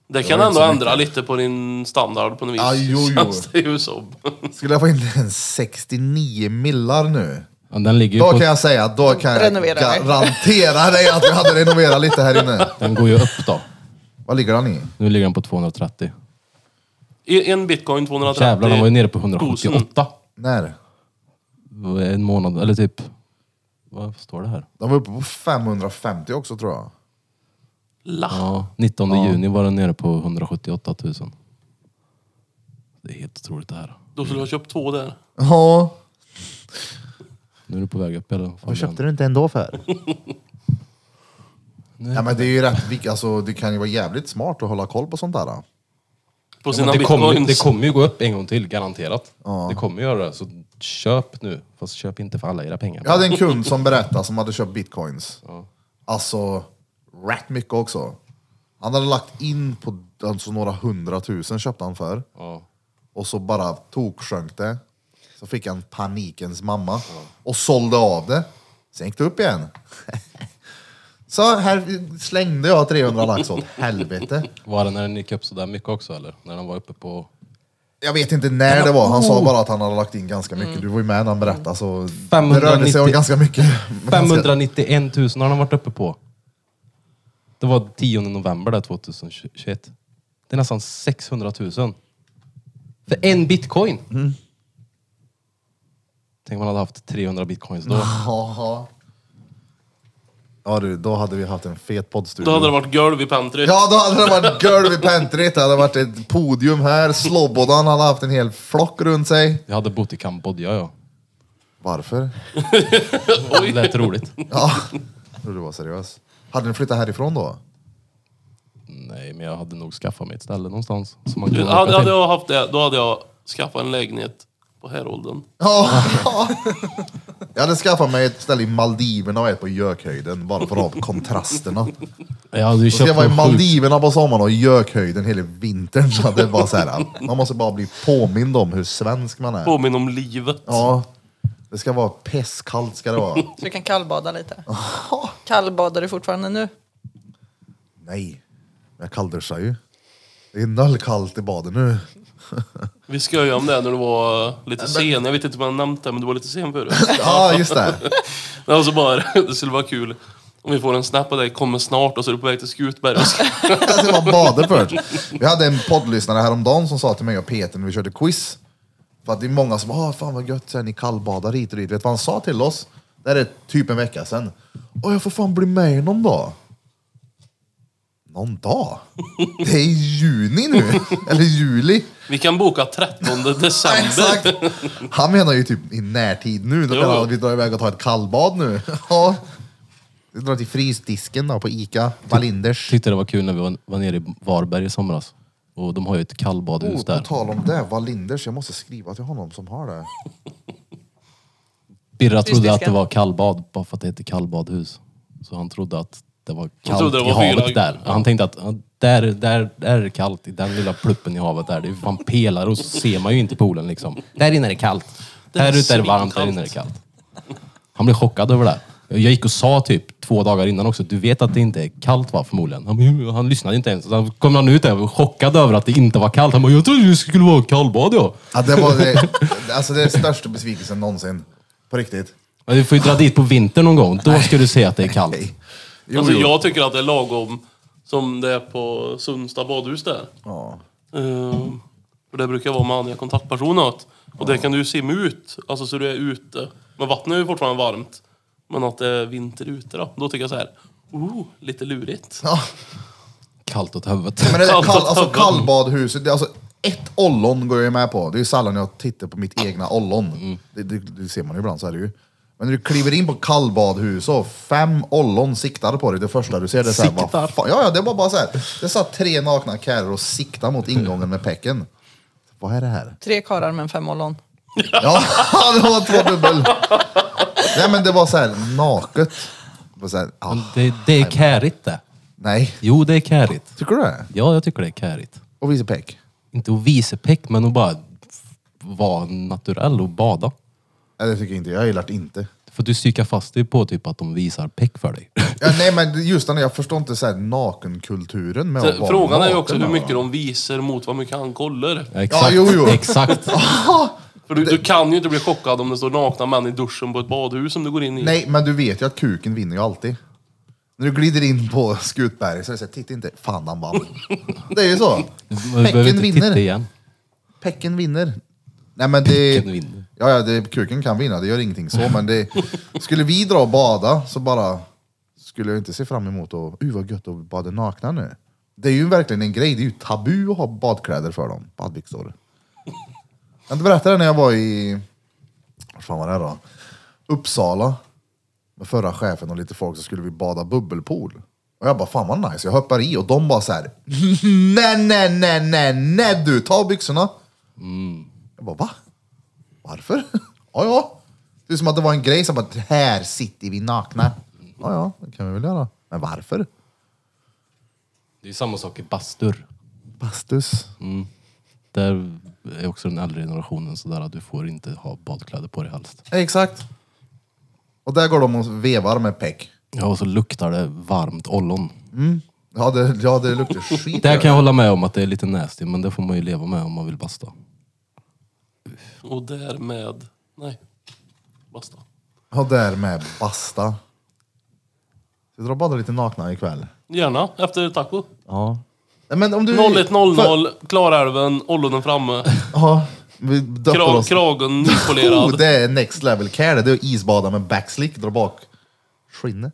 Det kan var inte ändå så ändra lite på din standard på något vis. Ja, jo, jo. Känns det ju som. Skulle jag få in en 69 millar nu? Ja, Den ligger ju Då på, kan jag säga att då kan jag Renovera dig. garantera dig att vi hade renoverat lite här inne. Den går ju upp då. Vad ligger den i? Nu ligger den på 230. En bitcoin 230. Jävlar, den var ju nere på 178. När? En månad, eller typ... Vad står det här? De var uppe på 550 också tror jag. La. Ja, 19 juni var den nere på 178 000. Det är helt otroligt det här. Då skulle jag ha köpt två där. Ja. Nu är du på väg upp eller? Vad köpte du inte ändå för? Nej men det är ju rätt, vik- alltså, det kan ju vara jävligt smart att hålla koll på sånt där. då. På sina Men det, kommer, bitcoins. det kommer ju gå upp en gång till, garanterat. Ja. Det kommer göra det, så köp nu. Fast köp inte för alla era pengar. Jag hade en kund som berättade som hade köpt bitcoins. Alltså, rätt mycket också. Han hade lagt in på alltså, några hundratusen köpte han för. Ja. Och så bara toksjönk det. Så fick han panikens mamma och sålde av det. Sen gick det upp igen. Så här slängde jag 300 lax åt helvete. Var det när den gick upp sådär mycket också eller? När den var uppe på... Jag vet inte när det var, han sa bara att han hade lagt in ganska mycket. Du var ju med när han berättade så det 590 rörde sig om ganska mycket. Men ganska- 591 000 har den varit uppe på. Det var 10 november där 2021. Det är nästan 600 000. För en bitcoin! Mm. Tänk om man hade haft 300 bitcoins då. Jaha. Ja du, då hade vi haft en fet poddstudio. Då hade det varit golv i pantry. Ja, då hade det varit golv i pentryt, det hade varit ett podium här, Slobodan hade haft en hel flock runt sig. Jag hade bott i Kambodja ja. Varför? Det lät roligt. Ja, jag trodde du var seriös. Hade ni flyttat härifrån då? Nej, men jag hade nog skaffat mig ett ställe någonstans. Som man Du, kan hade, åka hade till. jag haft det, då hade jag skaffat en lägenhet på Härolden. Ja. Jag hade skaffat mig ett ställe i Maldiverna och ett på Gökhöjden, bara för att ha kontrasterna. Jag hade ju Så ska jag köpt vara i någon sjuk Maldiverna på sommaren och i Gökhöjden hela vintern. Så att det var så här, man måste bara bli påmind om hur svensk man är. Påminn om livet. Ja, det ska vara pisskallt ska det vara. Så vi kan kallbada lite. Kallbadar du fortfarande nu? Nej, jag kallduschar ju. Det är noll kallt i badet nu. Vi skojade om det när du var lite sen. Jag vet inte om jag nämnt det, men du var lite sen förut. Ja, just det. Det var så bara, det skulle vara kul om vi får en snap av dig, kommer snart och så är du på väg till Skutberg. Och ska- Jag ska bara bada först. Vi hade en poddlyssnare häromdagen som sa till mig och Peter när vi körde quiz. För att det är många som ah fan vad gött, så här, ni kallbadar hit och dit. Vet du vad han sa till oss? Det här är typ en vecka sedan. Åh, jag får fan bli med er någon dag. Någon dag? Det är juni nu, eller juli. Vi kan boka 13 december. Exakt. Han menar ju typ i närtid nu. Då Jo. menar han att vi drar iväg och tar ett kallbad nu. Ja. Vi drar till frysdisken då på Ica, Wallinders. Tyckte det var kul när vi var, var nere i Varberg i somras. Och de har ju ett kallbadhus Oh, på där. tal om det, Wallinders. Jag måste skriva till honom som har det. Birra trodde att det Frysdisken. var kallbad bara för att det heter kallbadhus. Så han trodde att det var kallt trodde det i var havet fyra- där. Han tänkte att ja, där, där, där är det kallt, i den lilla pluppen i havet där. Det är fan pelare och så ser man ju inte poolen liksom. Där inne är det kallt. är Här ute är det varmt, där svinkallt. inne är det kallt. Han blev chockad över det. Jag gick och sa typ två dagar innan också, du vet att det inte är kallt va förmodligen? Han, bara, "Jo", han lyssnade inte ens. Sen kom han ut där och var chockad över att det inte var kallt. Han bara, jag trodde det skulle vara kallbad ja. Ja, det var det, alltså det är största besvikelsen någonsin. På riktigt. Men du får ju dra dit på vintern någon gång, då ska du se att det är kallt. Jo, alltså, jo. Jag tycker att det är lagom som det är på Sundsta badhus där. Ja. Ehm, För det brukar vara med andra kontaktpersoner. åt. Och där kan du ju simma ut, alltså så du är ute. Men vattnet är ju fortfarande varmt. Men att det är vinter ute då, då tycker jag så här. Oh, lite lurigt. Ja. Kallt åt huvudet. Men det är Kallt kall, åt alltså huvudet. kallbadhuset, det är alltså ett ollon går jag ju med på. Det är ju sällan jag tittar på mitt egna ollon. Mm. Det, det, det ser man ju ibland, så är det ju. Men när du kliver in på kallbadhus och fem ollon siktar på dig, det första du ser det är såhär... Siktar? Ja, ja, det var bara såhär. Det satt tre nakna karlar och siktade mot ingången med pecken. Vad är det här? Tre karlar med en femollon. Ja, det var två dubbel. Nej men det var såhär naket. Det var så här, ah, Det, det är kärigt det. nej. Jo, det är kärigt. Tycker du det? Ja, jag tycker det är kärigt. Och visa peck? Inte att visa peck, men att bara f- vara naturell och bada. Nej det tycker jag inte. Jag gillar det inte. För du psykar fast dig på typ att de visar peck för dig. Ja, nej men just den, jag förstår inte så här nakenkulturen med att Så, vara frågan är ju naken också hur med mycket varandra. de visar mot vad mycket han kollar. Exakt. jo, jo. Exakt. Ah! För du, du kan ju inte bli chockad om det står nakna män i duschen på ett badhus som du går in i. Nej men du vet ju att kuken vinner ju alltid. När du glider in på Skutberg så är det såhär, titta inte, fan han vann. Det är ju så. Man behöver Pecken inte titta vinner. igen. Pecken vinner. Nej men det... Kuken vinner. Ja, ja det, kuken kan vinna, det gör ingenting så, men det... Skulle vi dra och bada så bara... Skulle jag inte se fram emot att, uh vad gött att bada nakna nu. Det är ju verkligen en grej, det är ju tabu att ha badkläder för dem, badbyxor. Jag kan berätta det när jag var i, vad fan var det här då? Uppsala. Med förra chefen och lite folk så skulle vi bada bubbelpool. Och jag bara, fan vad nice. Jag hoppar i och de bara så här, nej, nej, nej, nej, nej du, ta byxorna. Jag bara, va? Varför? ja, ja. Det är som att det var en grej som bara, här sitter vi nakna. Ja, ja, det kan vi väl göra. Men varför? Det är samma sak i bastur. Bastus. Där är också den äldre generationen sådär att du får inte ha badkläder på dig helst. Ja, exakt. Och där går de och vevar med peck. Ja, och så luktar det varmt ollon. Mm. Ja, det, ja, det luktar skit. Det här kan jag hålla med om att det är lite nasty, men det får man ju leva med om man vill basta. Och därmed... Nej. Basta. Och därmed basta. Ska vi dra och bada lite nakna ikväll? Gärna, efter taco. Ja. Nej, Men om du... 01.00, Klarälven, ollonen framme. Ja. Vi döper Kra, oss. kragen oh, nypolerad. det är next level care det. Det är att isbada med backslick, dra bak skinnet.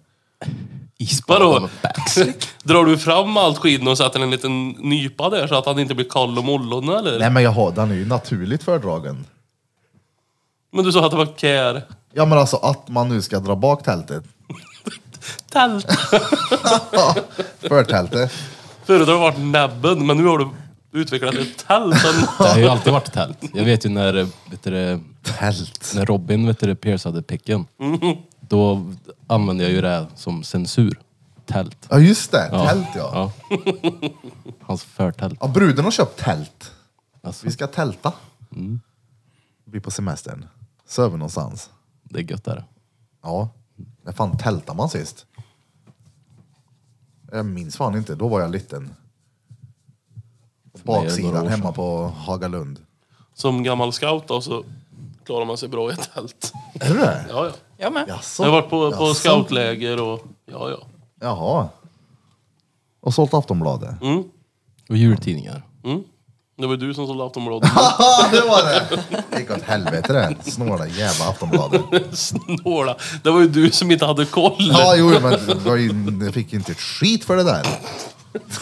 Isbad Vadå? med backs. Drar du fram allt skinn och sätter en liten nypa där så att han inte blir kall om ollonen eller? Nej men jag har, den är ju naturligt fördragen. Men du sa att det var care. Ja men alltså att man nu ska dra bak tältet. Tält. Förtältet. Förut har det varit näbben, men nu har du utvecklat ett tält. Det har ju alltid varit tält. Jag vet ju när, eh, vet du, det, Tält. när Robin vet du, det, piercade picken. Då använde jag ju det här som censur. Tält. Ja just det, tält ja. ja. Hans förtält. ja. Bruden har köpt tält. Alltså, Vi ska tälta. Vi är på semestern. Söver någonstans. det är gött är det. Ja. När fan tältade man sist? Jag minns fan inte, då var jag liten. På mig är det några baksidan år hemma på Hagalund. Som gammal scout då, så klarar man sig bra i ett tält. Är du det? Ja, ja. Jag med. Jaså? Jag har varit på, på Jaså? scoutläger och... Ja, ja. Jaha. Och sålt Aftonbladet? Och djurtidningar. Det var ju du som sålde Aftonbladet. Ja, det var det! Det gick åt helvete det. Snåla jävla Aftonbladet. Snåla. Det var ju du som inte hade koll. Ja, jo, men det var ju- jag fick ju inte ett skit för det där.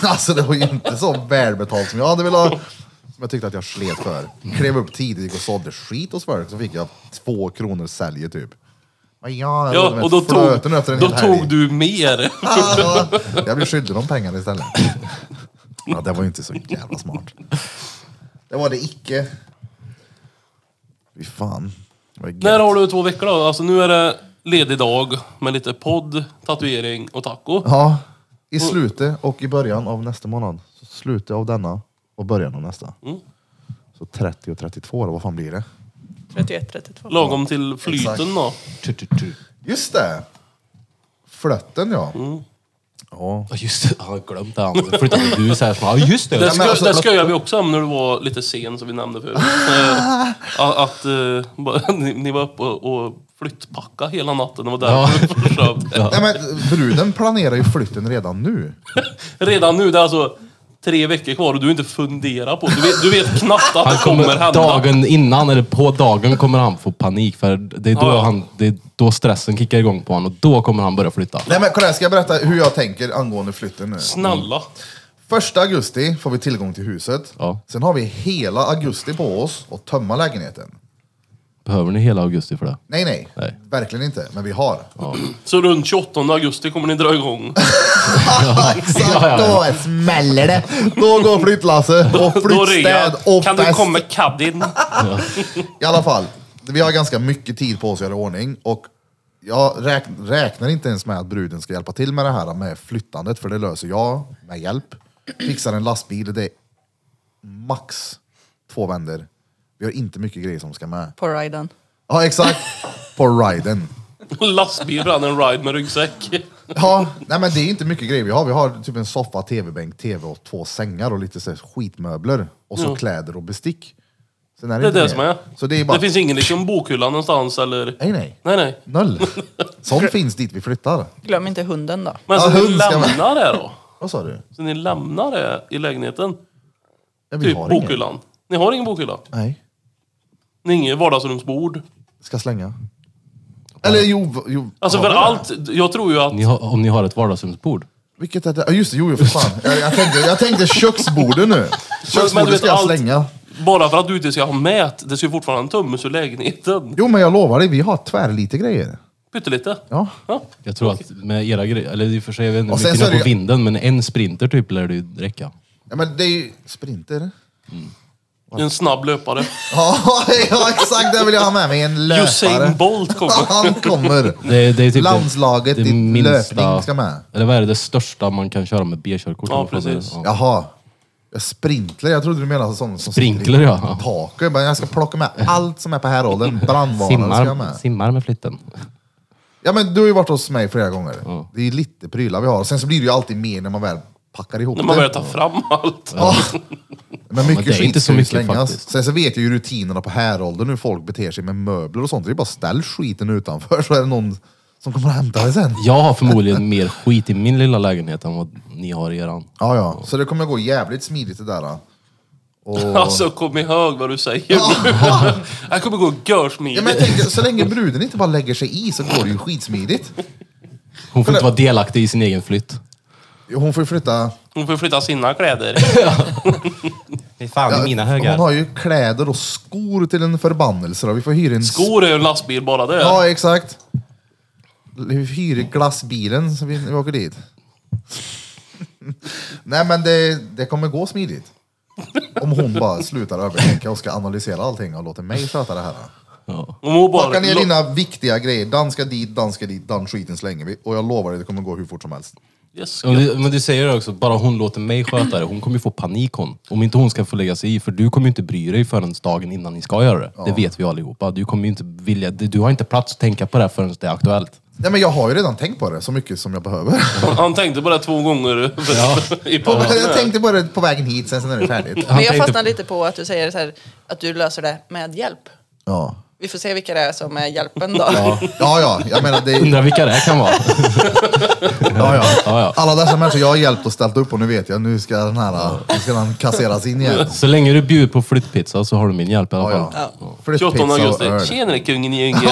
Alltså det var ju inte så välbetalt som jag hade velat ha. Som jag tyckte att jag slet för. Klev upp tidigt, gick och sålde skit hos folk, så fick jag två kronor sälje typ. Men ja, jag Ja, hade och då Alltså, med flöten tog, efter en då hel helg. tog du mer. Ja, ja. Jag blev skyldig de pengarna istället. Ja, det var ju inte så jävla smart. Det var det icke. Fy fan. Vad gött. När har du två veckor då? Alltså nu är det ledig dag med lite podd, tatuering och taco. Ja, i slutet och i början av nästa månad. Så slutet av denna och början av nästa. Så 30 och 32, eller vad fan blir det? 31, 32. Lagom till Exakt. flyten då. Tu, tu, tu. Just det! Flötten ja. Ja. Ja just det, han har glömt det andra. Förutom att du säger så här, ja just det. Det, skö, men alltså- det sköjade vi också om när du var lite sen som vi nämnde förut. Eh, a- att eh, bara- ni, ni var uppe och, och flyttpacka hela natten. Det var därför du försövde. Nej, men bruden planerar ju flytten redan nu. Redan nu, det är alltså tre veckor kvar och du inte funderar på det. Du vet, du vet knappt att Han det kommer kommer hända. dagen innan, eller på dagen kommer han få panik. För det är då, Ja, ja. Han, det är då stressen kickar igång på honom och då kommer han börja flytta. Nej men kolla, här, ska jag berätta hur jag tänker angående flytten nu? Snälla. Första augusti får vi tillgång till huset. Ja. Sen har vi hela augusti på oss att tömma lägenheten. Behöver ni hela augusti för det? Nej, nej. Nej. Verkligen inte. Men vi har. Så runt 28 augusti kommer ni dra igång. Exakt, då smäller det. Då går flyttlasset och Då ringer flyttstäd jag. och Kan du fest. komma med caddien? I alla fall, vi har ganska mycket tid på oss att göra i ordning och jag räk- räknar inte ens med att bruden ska hjälpa till med det här med flyttandet, för det löser jag med hjälp. Fixar en lastbil, det är max två vänder. Vi har inte mycket grejer som ska med. På riden. Ja, exakt. På riden. Lastbil brann en ride med ryggsäck. Ja, nej men det är inte mycket grejer vi har. Vi har typ en soffa, tv-bänk, tv och två sängar och lite så här skitmöbler. Och så kläder och bestick. Sen är Det är inte det som mer. är. Så det är bara... Det finns ingen liksom bokhylla någonstans eller... Nej, nej. Nej, nej. Noll. Sånt finns dit vi flyttar. Glöm inte hunden då. Men så Ja, ni hund ska man- lämnar det då? Vad sa du? Så ni lämnar det i lägenheten? Ja, vi Typ har ingen. bokhyllan? Ni har ingen bokhylla? Nej. Det är Inget vardagsrumsbord. Ska slänga. Eller jo, jo Alltså har för vi det? allt, jag tror ju att... Ni har, om ni har ett vardagsrumsbord. Vilket är det? Ja, just det, jo, jo för fan. Jag, jag, tänkte, jag tänkte köksbordet nu. Men du Köksbordet vet, ska jag allt- slänga. Bara för att du inte ska ha mät, det ska ju fortfarande ha en tummus ur lägenheten. Jo, men jag lovar dig, vi har tvärlite grejer. Pyttelite. Ja. Ja. Jag tror att med era grejer, eller i och för sig, jag vet inte Och hur sen mycket så ni är har det på ju- vinden, men en sprinter typ lär det ju räcka. ja men det är ju... Sprinter? En snabb löpare. Ja, ja exakt, det vill jag ha med mig. En löpare. Usain Bolt kommer. Han kommer. Det, det är typ Landslaget i löpning ska med. Eller vad är det, det största man kan köra med B-körkort? Ja, om man får precis. säga. Ja. Jaha. Jag sprinkler, jag trodde du menade sådana som Sprinkler, sitter i ja. Taket, men jag ska plocka med allt som är på häråldern. Brandvarnare ska jag Simmar, med. simmar med flytten. Ja men du har ju varit hos mig flera gånger. Det är lite prylar vi har. Sen så blir det ju alltid mer när man väl packar ihop När man det. börjar ta fram allt. Ja. Men mycket det är skit inte så ska ju mycket slängas. faktiskt. Sen så vet jag ju rutinerna på häråldern hur folk beter sig med möbler och sånt. Det är bara att ställ skiten utanför så är det någon som kommer och hämtar det sen. Jag har förmodligen mer skit i min lilla lägenhet än vad ni har i eran. Ja, ja. Så det kommer gå jävligt smidigt det där. då. Och... Alltså kom ihåg vad du säger nu. Jag kommer gå Ja, men görsmidigt. jag tänker, så länge bruden inte bara lägger sig i så går det ju skitsmidigt. Hon får Kolla. inte vara delaktig i sin egen flytt. Hon får ju flytta... Hon får flytta sina kläder. Fy fan, Ja, Hon har ju kläder och skor till en förbannelse. Då. Vi får hyra en... Skor är ju en lastbil bara det. Ja, exakt. Vi hyr glassbilen så vi, vi åker dit. Nej, men det, det kommer gå smidigt. Om hon bara slutar övertänka och ska analysera allting och låter mig sköta det här. Hon mår bara... Plocka ner lo- dina viktiga grejer. Dan ska dit, dan ska dit, dan skiten slänger vi. Och jag lovar dig, det kommer gå hur fort som helst. Yes. Ja, Men du, men du säger det också, bara hon låter mig sköta det. Hon kommer ju få panik hon. Om inte hon ska få lägga sig i, för du kommer ju inte bry dig förrän dagen innan ni ska göra det. Det vet vi allihopa. Du kommer ju inte vilja, du du har inte plats att tänka på det här förrän det är aktuellt. Nej, men jag har ju redan tänkt på det så mycket som jag behöver. Han tänkte bara två gånger i På, podden. jag tänkte på det på vägen hit, sen så är det färdigt. Han Men jag tänkte- fastnar lite på att du säger så här, att du löser det med hjälp. Ja. Vi får se vilka det är som är hjälpen då. ja, ja, jag menar det Undrar vilka det här kan vara. ja, Ja, ja. ja. Alla dessa människor jag har hjälpt och ställt upp och nu vet jag, nu ska den här, nu ska den kasseras in igen. Så länge du bjuder på flyttpizza så har du min hjälp i alla Ja, fall. ja. 28 Flyttpizza och augusti. öl. Tjenare kungen i yngeln.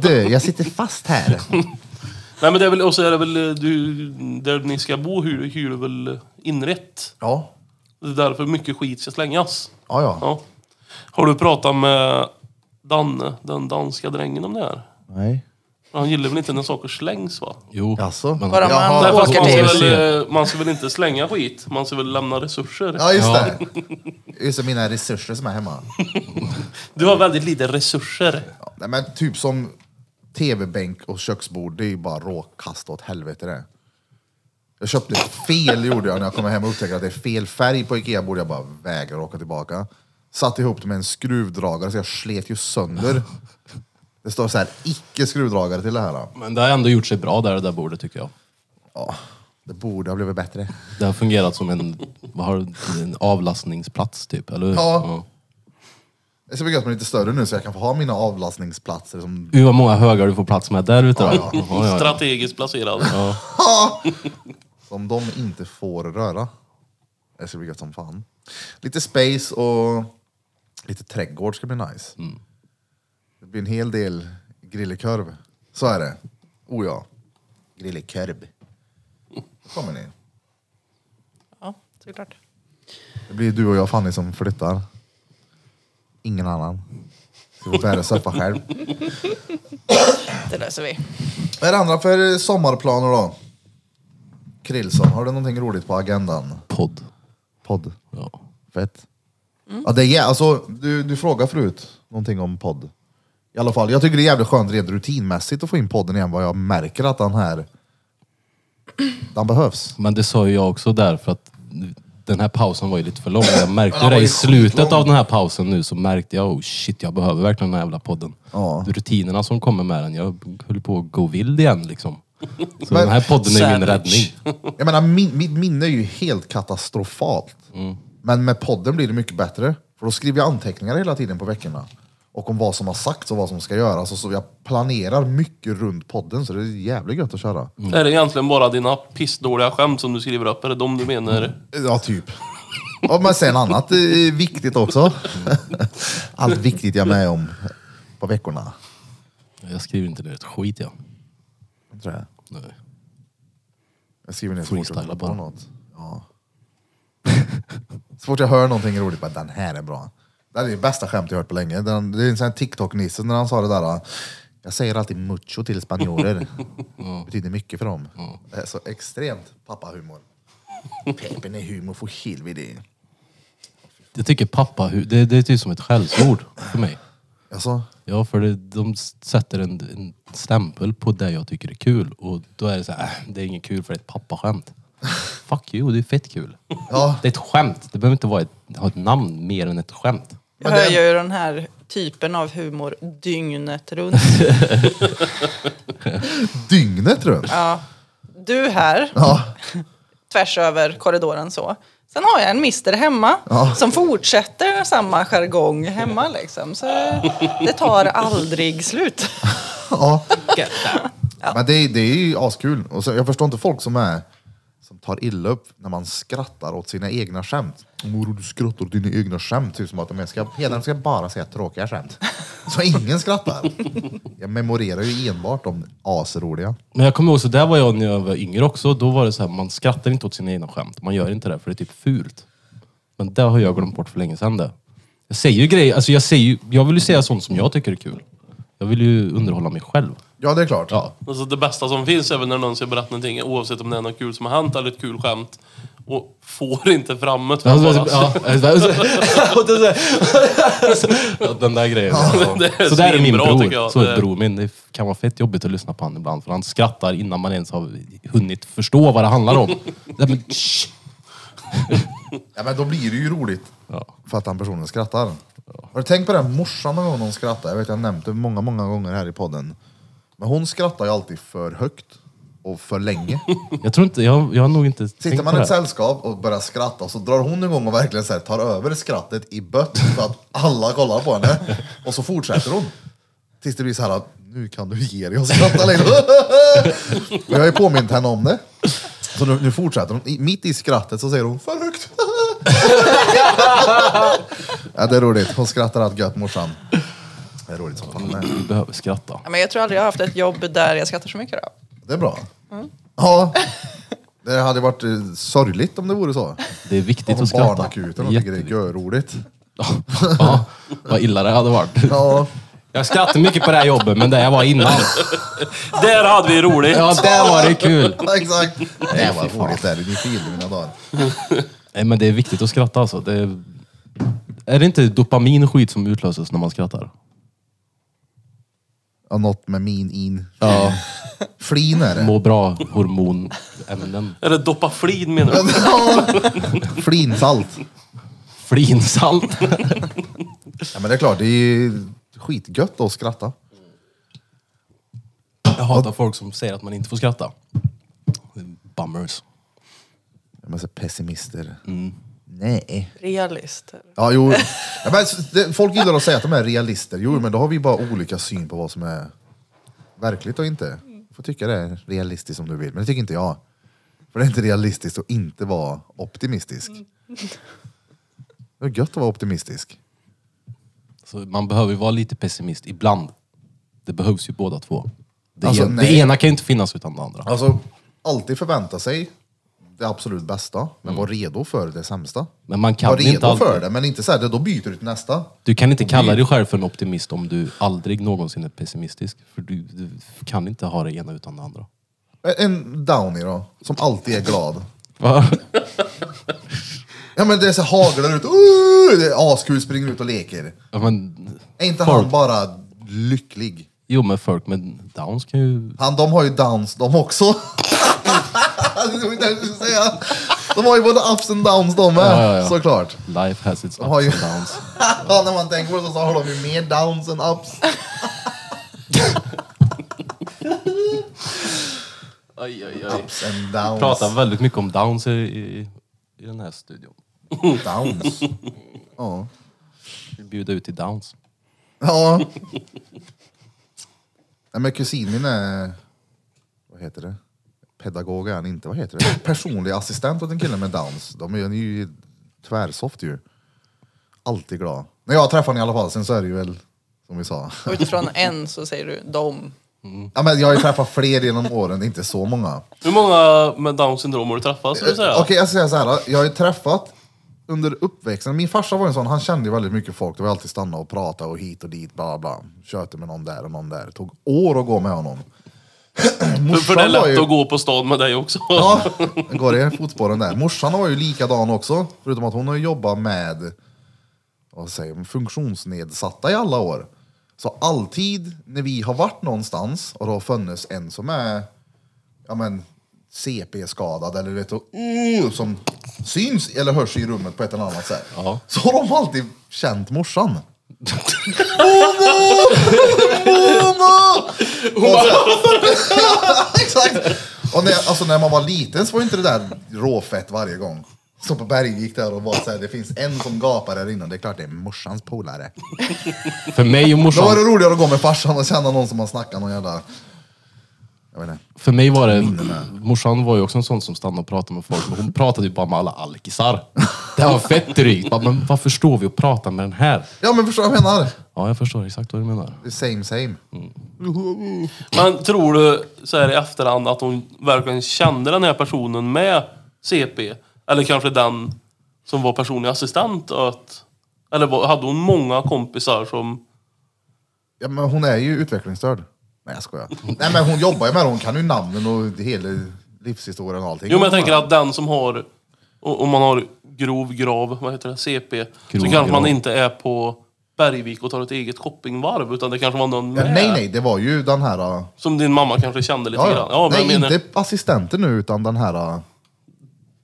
Du, jag sitter fast här. Nej men det är väl, och så är det väl, eh, du, där ni ska bo hyr, hyr du väl inrätt. Ja, Det är därför mycket skit ska slängas. ja, ja. Ja. Har du pratat med Danne, den danska drängen om det här? Nej. Han gillar väl inte när saker slängs va? Jo. Alltså. Men- Bara man Jaha. Nej, fast åker man, ska till. till. väl, eh, man ska väl inte slänga skit, man ska väl lämna resurser. Ja, just det. Just det, mina resurser som är hemma. Du har väldigt lite resurser. Ja, nej, men typ som tv-bänk och köksbord, det är ju bara råkast åt helvete det. Jag köpte fel gjorde jag när jag kom hem och upptäckte att det är fel färg på Ikea-bord. Jag bara vägrar åka tillbaka. Satt ihop det med en skruvdragare så jag slet ju sönder. Det står så här, icke skruvdragare till det här. Men det har ändå gjort sig bra där det där bordet tycker jag. Ja, det borde ha blivit bättre. Det har fungerat som en, vad har, du- en avlastningsplats typ, eller hur? Ja. Det ska bli gött med lite större nu så jag kan få ha mina avlastningsplatser. Som... Hur vad många högar du får plats med där ute då. Ja, ja. Strategiskt placerad. som de inte får röra. Det ska bli gött som fan. Lite space och lite trädgård ska bli nice. Det blir en hel del grillekörv. Så är det. Oh ja. Grillekörv. Då kommer ni. Ja, såklart. Det blir du och jag Fanny som flyttar. Ingen annan. Så vi får bära soppa själv. Det löser vi. Vad är det andra för sommarplaner då? Krillson, har du någonting roligt på agendan? Podd. Podd. Ja. Fett. Ja, det är, jä- alltså, du, du frågade förut någonting om podd. I alla fall, jag tycker det är jävligt skönt rent rutinmässigt att få in podden igen vad jag märker att den här den behövs. Men det sa ju jag också där för att den här pausen var ju lite för lång. Jag Den märkte var det ju i slutet skitlång. av den här pausen nu så märkte jag, oh shit jag behöver verkligen den här jävla podden. Ja. Rutinerna som kommer med den, jag höll på att gå vild igen liksom. Så Men- den här podden är Savage. min räddning. Jag menar, min, mitt minne är ju helt katastrofalt. Men med podden blir det mycket bättre. För då skriver jag anteckningar hela tiden på veckorna. Och om vad som har sagts och vad som ska göras. Och så jag planerar mycket runt podden så det är jävligt gött att köra. Är det egentligen bara dina pissdåliga skämt som du skriver upp? Är det de du menar? Ja, typ. Ja, men sen annat eh, viktigt också. Allt viktigt jag är med om på veckorna. Jag skriver inte ner ett skit jag. Jag tror jag. Nej. Jag skriver ner så fort jag Freestyla kommer bara. på något. Ja. så fort jag hör någonting roligt, bara den här är bra. Det här är det bästa skämt jag hört på länge. Den, det är en sån här TikTok-nisse när han sa det där. Jag säger alltid mucho till spanjorer. Det betyder mycket för dem. Det är så extremt pappahumor. Pepen är humor för helvete. Jag tycker pappa, det, det är typ som ett skällsord för mig. Alltså, Ja, för det, de sätter en, en stämpel på det jag tycker är kul och då är det så här, "Äh, det är inget kul för det är ett pappaskämt. Fuck you, det är fett kul. ja. Det är ett skämt, det behöver inte vara ett, ha ett namn mer än ett skämt. Jag Men hör den- ju den här typen av humor dygnet runt. Dygnet runt. Du här, Ja. tvärs över korridoren så. Sen har jag en mister hemma Ja. som fortsätter samma jargong hemma liksom. Så det tar aldrig slut. Ja. Men det, är- det är ju askul. Och så, jag förstår inte folk som är som tar illa upp när man skrattar åt sina egna skämt. Moro, du skrattar åt dina egna skämt. Typ som att de är- ska, hela de ska bara säga tråkiga skämt. Så ingen skrattar. Jag memorerar ju enbart de asroliga. Men jag kommer ihåg, så där var jag när jag var yngre också. Då var det så här, man skrattar inte åt sina egna skämt. Man gör inte det för det är typ fult. Men det har jag glömt bort för länge sedan det. Jag säger ju grejer, alltså jag säger ju, jag vill ju säga sånt som jag tycker är kul. Jag vill ju underhålla mig själv. Ja, det är klart. Ja. Alltså det bästa som finns är väl när någon ska berätta någonting, oavsett om det är något kul som har hänt eller ett kul skämt. Och får inte fram det. Ja, utan bara- den där grejen. Det är så där är min svinbra, bror. tycker jag. Så är Det- bror min. Det kan vara fett jobbigt att lyssna på honom ibland. För han skrattar innan man ens har hunnit förstå vad det handlar om. Det är men, shh. Ja, men då blir det ju roligt Ja. för att den personen skrattar. Har du tänkt på den morsan någon gång hon skrattar? Jag vet jag har nämnt det många, många gånger här i podden. Men hon skrattar ju alltid för högt och för länge. Jag tror inte, jag, jag har nog inte Sitter tänkt man på i det. ett sällskap och börjar skratta så drar hon igång och verkligen så här, tar över skrattet i bött för att alla kollar på henne. Och så fortsätter hon. Tills det blir så här att nu kan du ge dig och skratta längre. Och jag har ju påmint henne om det. Så nu, nu fortsätter hon. I, mitt i skrattet så säger hon för högt. ja, det är roligt. Hon skrattar allt gött morsan. Det är roligt som fan. det. Vi behöver skratta. Ja, Men jag tror aldrig jag har haft ett jobb där jag skrattar så mycket. Då. Det är bra. Ja. Det hade varit eh, sorgligt om det vore så. Det är viktigt Från att skratta. barnakuten och Det är tycker det är görroligt. jätte- ja, vad illa det hade varit. Ja, Jag skrattar mycket på det här jobbet, men det jag var innan. Där hade vi roligt! Ja, där var det kul. exakt. Det var roligt där, ni förgyllde mina dagar. Nej, men det är viktigt att skratta alltså. Det är... är det inte dopamin och skit som utlöses när man skrattar? Ja, något med min in. Ja, Flin är det. må bra hormonämnen. Eller doppa flin menar du? Ja. Flinsalt. Flinsalt. Ja, men det är klart, det är ju skitgött att skratta. Jag hatar folk som säger att man inte får skratta. Bummers. Ja, Men så pessimister. Mm. Nej. Realister. Ja, jo. Ja, men s- det, folk gillar att säga att de är realister. Jo, men då har vi bara olika syn på vad som är verkligt och inte. Du får tycka det är realistiskt om du vill, men det tycker inte jag. För det är inte realistiskt att inte vara optimistisk. Det är gött att vara optimistisk. Så man behöver ju vara lite pessimist ibland. Det behövs ju båda två. Det, Alltså, en, det nej. ena kan ju inte finnas utan det andra. Alltså, alltid förvänta sig det absolut bästa, men var redo för det sämsta. Men man kan var inte redo alltid- för det, men inte så här, då byter du till nästa. Du kan inte kalla dig själv för en optimist om du aldrig någonsin är pessimistisk. För du, du kan inte ha det ena utan det andra. En downy då, som alltid är glad. Ja men det är så haglar ut, uh, det är askul, springer ut och leker. Ja, men, Är inte Folk. han bara lycklig? jo men folk med downs kan ju... Han, de har ju downs de också. Det var inte det jag skulle säga. de har ju både ups and downs de med, Ja, ja, ja. såklart. Life has its ups har ju- and downs. ja, när man tänker på det så har de ju mer downs än ups. Ups and downs. Pratar väldigt mycket om downs i, i, i den här studion. Downs. Ja. Vi bjuder ut till downs. Ja. Nej, men kusinen är... Vad heter det? Pedagog är han inte. Vad heter det? Personlig assistent åt en kille med downs. De är ju tvärsoft ju. Alltid glad. När jag träffar honom i alla fall, sen så är det ju väl som vi sa. Och utifrån en så säger du de. Ja, men jag har ju träffat fler genom åren, det är inte så många. Hur många med down syndrom har du träffat? Ska du säga? Okej, jag säger så här. Jag har ju träffat under uppväxten, min farsa var ju en sån, han kände ju väldigt mycket folk. Det var alltid stanna och prata och hit och dit, bla bla. Köte med någon där och någon där. Det tog år att gå med honom. för, för det är Morsan var lätt ju- att gå på stan med dig också. Ja, den går i fotspåren där. Morsan var ju likadan också, förutom att hon har ju jobbat med vad säger, man, funktionsnedsatta i alla år. Så alltid när vi har varit någonstans och det har funnits en som är ja, men, CP-skadad eller du vet, och, uh, som syns eller hörs i rummet på ett eller annat sätt. Så har de alltid känt morsan. Momo! Momo! Exakt! Och när, alltså när man var liten så var ju inte det där råfett varje gång. Så på berg gick där och var såhär, det finns en som gapar där innan. Det är klart det är morsans polare. För mig och Då var det morsan, roligare att gå med farsan och känna någon som man snackar någon jävla... Jag vet inte. för mig var det, morsan var ju också en sån som stannade och pratade med folk, men hon pratade ju bara med alla alkisar. Det var fett drygt. Bara, Men varför står vi och pratar med den här? Ja men förstår du vad jag menar? Ja, jag förstår exakt vad du menar. Same same. Men tror du så här i efterhand att hon verkligen kände den här personen med CP? Eller kanske den som var personlig assistent? Att, eller var- hade hon många kompisar som... Ja men hon är ju utvecklingsstörd. Nej jag skojar. Nej men hon jobbar ju med det, hon kan ju namnen och hela livshistorien och allting. Jo men jag tänker att den som har... o- Om man har grov grav, vad heter det, CP. så kanske man grav. inte är på Bergvik och tar ett eget shoppingvarv. Utan det kanske var någon Ja, med. nej nej, det var ju den här... äh, Som din mamma kanske kände lite Ja, grann. ja. Ja, men nej jag menar, inte assistenten nu utan den här äh,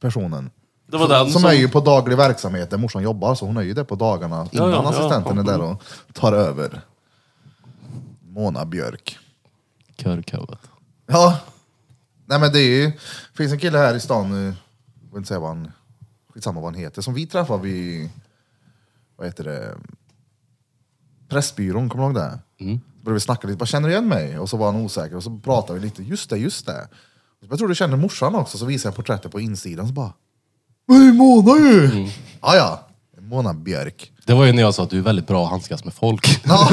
personen. det var den som, är ju på daglig verksamhet där morsan jobbar, så hon är ju där på dagarna Ja, innan ja, ja. assistenten är där och tar över. Mona Björk. Körkövet. Ja, nej men det är ju, det finns en kille här i stan, nu, jag vill inte säga vad han, skitsamma vad han heter, som vi träffar vid, vad heter det, Pressbyrån, kommer du ihåg det? Mm. Började vi snacka lite, bara känner du igen mig? Och så var han osäker och så pratade vi lite, just det, just det. Och så, jag tror du känner morsan också, så visade jag porträttet på insidan, så bara, men det är Mona ju! Ja, ja, Mona Björk. Det var ju när jag sa att du är väldigt bra att handskas med folk. Ja.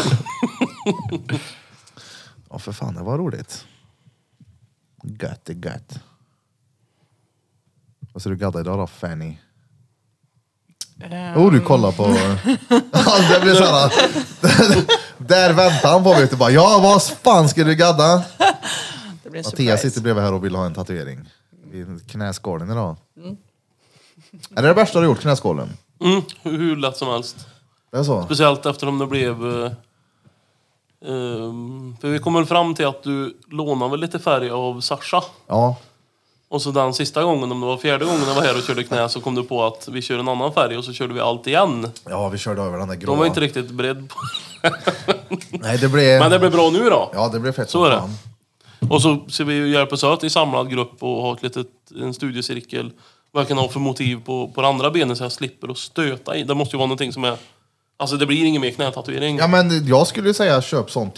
ja, för fan, det var roligt. Gött är gött. Vad ska du gadda idag då, Fanny? Oh, du kollar på... Ja, det blir såhär... Där väntar han på mig. Typ bara, ja, vad fan ska du gadda? Det blir en Mattias surprise. sitter bredvid här och vill ha en tatuering. I knäskålen idag. Är det det värsta du gjort, knäskålen? Mm, hur, hur lätt som helst. Det är så? Speciellt eftersom det blev... eh, ehm, för vi kommer fram till att du lånade väl lite färg av Sasha. Ja. Och så den sista gången, om det var fjärde gången jag var här och körde knä, så kom du på att vi kör en annan färg och så körde vi allt igen. Ja, vi körde över den där De var gråa. inte riktigt beredd på Nej, det blev... Men det blev bra nu då. Ja, det blev fett Så som är det. fan. Och så ser vi ju hjälpas åt i samlad grupp och har ett litet, en studiecirkel. Vad jag kan ha för motiv på, på det andra benet så jag slipper att stöta i. Det måste ju vara någonting som är... Alltså det blir ingen mer knätatuering. Ja men jag skulle säga köp sån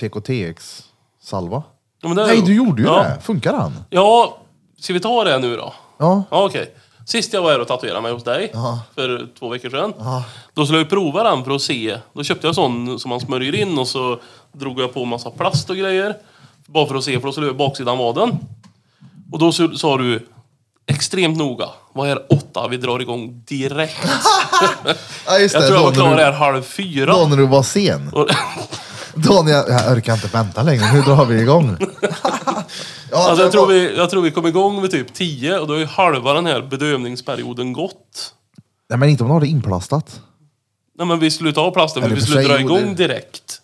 TKTX-salva. Ja, men det är Nej du gjorde ju ja. det, funkar han? Ja, ska vi ta det nu då? Ja. Ja, okej. Sist jag var här och tatuerade mig hos dig, för två veckor sedan, då skulle jag ju prova den för att se. Då köpte jag sån som man smörjer in och så drog jag på massa plast och grejer. Bara för att se, för då skulle jag baksidan vaden. Och då så- sa du extremt noga, vad är åtta? Vi drar igång direkt. Ja just Jag tror jag var då när klar du- här halv fyra. Då när du var sen. Och- Då när jag, jag orkar inte vänta längre, nu drar vi igång. ja, Alltså jag, det tror var- vi, jag tror vi kom igång vid typ tio och då är ju halva den här bedövningsperioden gått. Nej men inte om du har det inplastat. Nej men vi skulle ta plasten för Eller vi för skulle sig dra gjorde- igång direkt.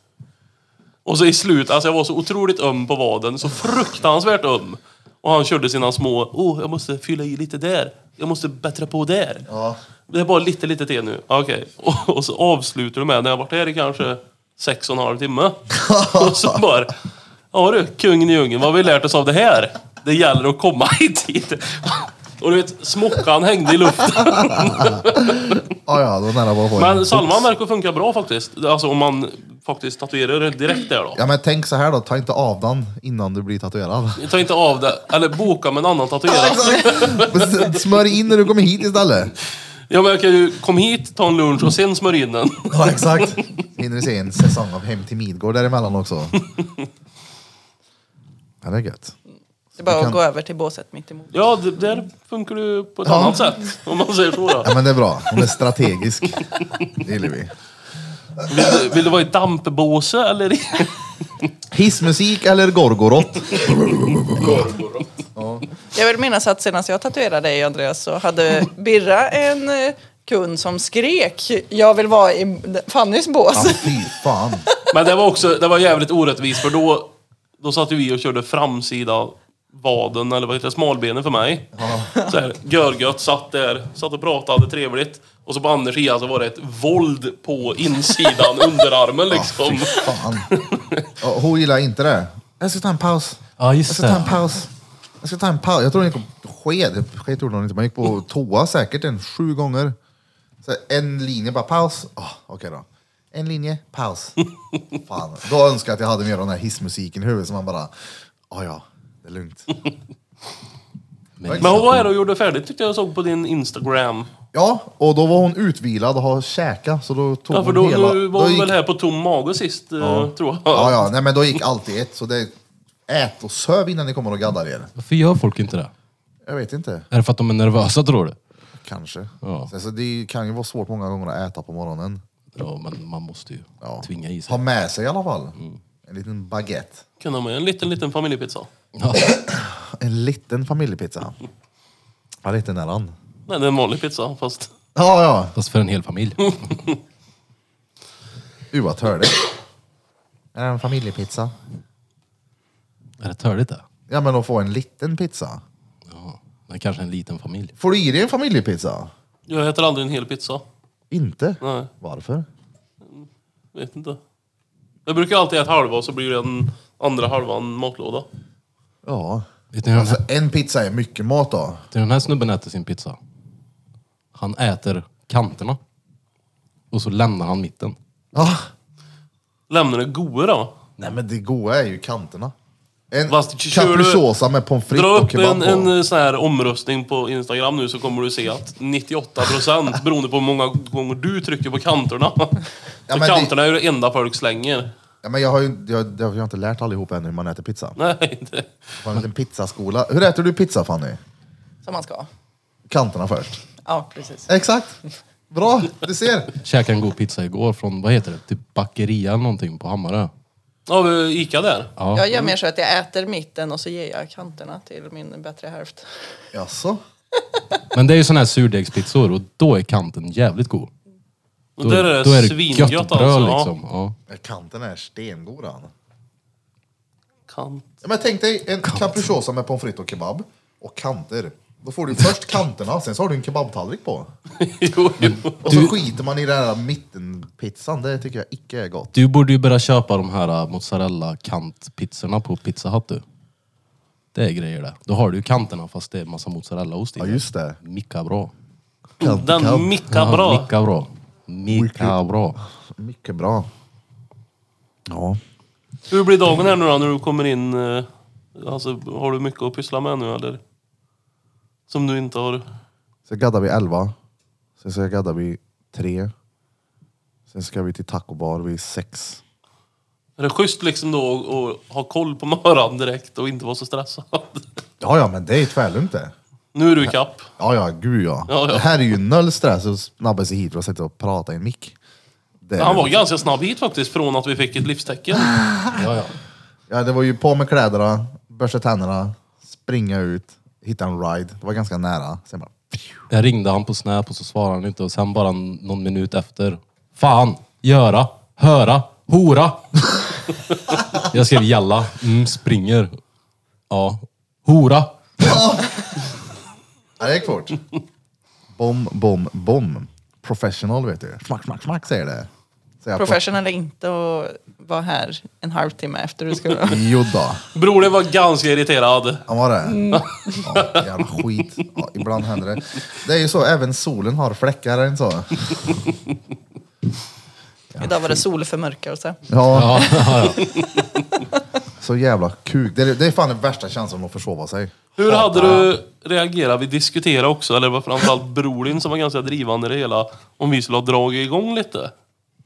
Och så i slut, alltså jag var så otroligt öm på vaden, så fruktansvärt öm. Och han körde sina små, oh jag måste fylla i lite där, jag måste bättra på där. Ja. Det är bara lite, lite till nu. Okej. Och, och så avslutar du med, när jag varit här i kanske sex och en halv timme. Och så bara, ja du, kungen i djungeln, vad har vi lärt oss av det här? Det gäller att komma i tid. Och du vet, smockan hängde i luften. Ja ja, då nära var det. Men salvan verkar funka bra faktiskt. Alltså om man faktiskt tatuerar det direkt där då. Ja men tänk så här då, ta inte av den innan du blir tatuerad. Ta inte av det, eller boka med en annan tatuerare. Exakt. Smörj in när du kommer hit istället. Ja men jag kan ju kom hit, ta en lunch och sen smörja in den. Ja, exakt. Hinner du se en säsong av Hem till Midgård däremellan också. Ja, det är gött. Det är bara kan- att gå över till båset mitt emot. Ja, det, där funkar du på ett Ja. annat sätt. Om man säger så då. Ja, men det är bra. Hon är strategisk. Det gillar vi. Vill du, vill du vara i dampbåse eller? i- Hissmusik eller Gorgorot? Jag vill minnas att senast jag tatuerade dig Andreas så hade Birra en eh, kund som skrek jag vill vara i Fannys bås. Ja, fy fan. Men det var också, det var jävligt orättvist för då, då satt ju vi och körde framsida vaden, eller vad heter det, smalbenen för mig. Så här, görgött, satt där, satt och pratade trevligt. Och så på Anders sida så var det ett våld på insidan, underarmen liksom. fan. Ja, hon gillar inte det. Jag ska ta en paus. Ja, Jag just ska ta en det. paus. Jag ska ta en paus. Jag tror hon gick på sked. Sked gjorde hon inte. Man gick på toa säkert en sju gånger. Så en linje bara paus. Ah, Okej då. En linje, paus. Fan. Då önskar jag att jag hade mer av den här hissmusiken i huvudet så man bara, "Ah, ja ja, det är lugnt. Men hon var här och gjorde färdigt tyckte jag såg på din Instagram. Ja, och då var hon utvilad och har käkat så då tog Ja, för hon då, hela... då var hon gick- väl här på tom mage sist, eh, tror jag. Ja, ja, nej men då gick allt i ett. Så det, ät och söv innan ni kommer och gaddar er. Varför gör folk inte det? Jag vet inte. Är det för att de är nervösa tror du? Kanske. Ja. Sen så det kan ju vara svårt många gånger att äta på morgonen. Ja, men man måste ju Ja. tvinga i sig. Mm. Ha med sig i alla fall. En liten baguette. Kunde ha med en liten, liten familjepizza. Ja. En liten familjepizza. Ja, liten är han. Nej, det är en vanlig pizza, fast... Ja, ja. Fast för en hel familj. Oerhört Är det en familjepizza? Är det törligt det? Ja, men att få en liten pizza. Ja. Men kanske en liten familj. Får du i dig en familjepizza? Jag äter aldrig en hel pizza. Inte? Nej, Varför? vet inte. Jag brukar alltid äta halva och så blir den andra halvan matlåda. Ja. Vet ni hur den Alltså här, en pizza är mycket mat då. vet ni hur den här snubben äter sin pizza? Han äter kanterna. Och så lämnar han mitten. Ja. Lämnar det goda då? Nej men det goda är ju kanterna. En Fast kör du- capricciosa med pommes frites Dra och upp kebab en, på. en sån här omröstning på Instagram nu så kommer du se att 98% beroende på hur många gånger du trycker på kanterna. Ja, så men det- kanterna är ju det enda folk slänger. Ja, men jag har ju jag, jag har inte lärt allihop ännu hur man äter pizza. Nej, det... På en liten pizzaskola. Hur äter du pizza Fanny? Som man ska. Kanterna först. Ja, precis. Exakt. Bra, du ser. Käkade en god pizza igår från, vad heter det? Typ Backeria eller någonting på Hammarö. Ja, vi har Ica där. Jag gör mer så att jag äter mitten och så ger jag kanterna till min bättre hälft. Jaså? Men det är ju såna här surdegspizzor och då är kanten jävligt god. Och där är det, svingött alltså. liksom. Ja. Ja. Ja, Kanten är stengod han. Kant. Ja, men tänk dig en capricciosa med pommes frites och kebab. Och kanter. Då får du först kanterna, sen så har du en kebabtallrik på. Jo, jo. Och så skiter man i den här mittenpizzan. Det tycker jag icke är gott. Du borde ju börja köpa de här äh, mozzarella-kantpizzorna på Pizza Hut du. Det är grejer det. Då har du ju kanterna fast det är massa mozzarellaost i. Ja, just det. Micka bra. Kant, Den kant. mickar bra. Micka bra. Micka bra. Mycket bra. Ja. Hur blir dagen här nu då när du kommer in? eh, Alltså, har du mycket att pyssla med nu eller? Som du inte har... Sen gaddar vi 11. Sen så gaddar vi 3. Sen ska vi till tacobar vid 6. Är det schysst liksom då att- att ha koll på morgonen direkt och inte vara så stressad? Ja, ja, men det är tvärlugnt det. Nu är du ikapp. Ja, ja, gud ja. Ja, ja. Det här är ju noll stress att snabba sig hit och sätta och prata i en mick. Det är Han det. var ganska snabb hit faktiskt från att vi fick ett livstecken. Ja, ja. Ja, det var ju på med kläderna, börsta tänderna, springa ut, hitta en ride. Det var ganska nära. Sen bara... Jag ringde han på Snap och så svarade han inte och sen bara n- någon minut efter. Fan! Göra! Höra! Hora! jag skrev jalla. Mm, springer. Ja. Hora! Ja, det gick fort. Bom, bom, bom. Professional vet du. Smack, smack, smack säger det. Så jag Professional är inte att vara här en halvtimme efter du skulle... Jodå. Bror, jag var ganska irriterad. Han var det? Ja, jävla skit. Ja, ibland händer det. Det är ju så, även solen har fläckar, är det inte så? Idag var det solförmörkelse. Ja, Ja, ja, ja. Så jävla kuk. Det är, det är fan den värsta känslan att försova sig. Hur hade du reagerat? Vi diskuterade också, eller det var framförallt bror din som var ganska drivande i det hela, om vi skulle ha dragit igång lite.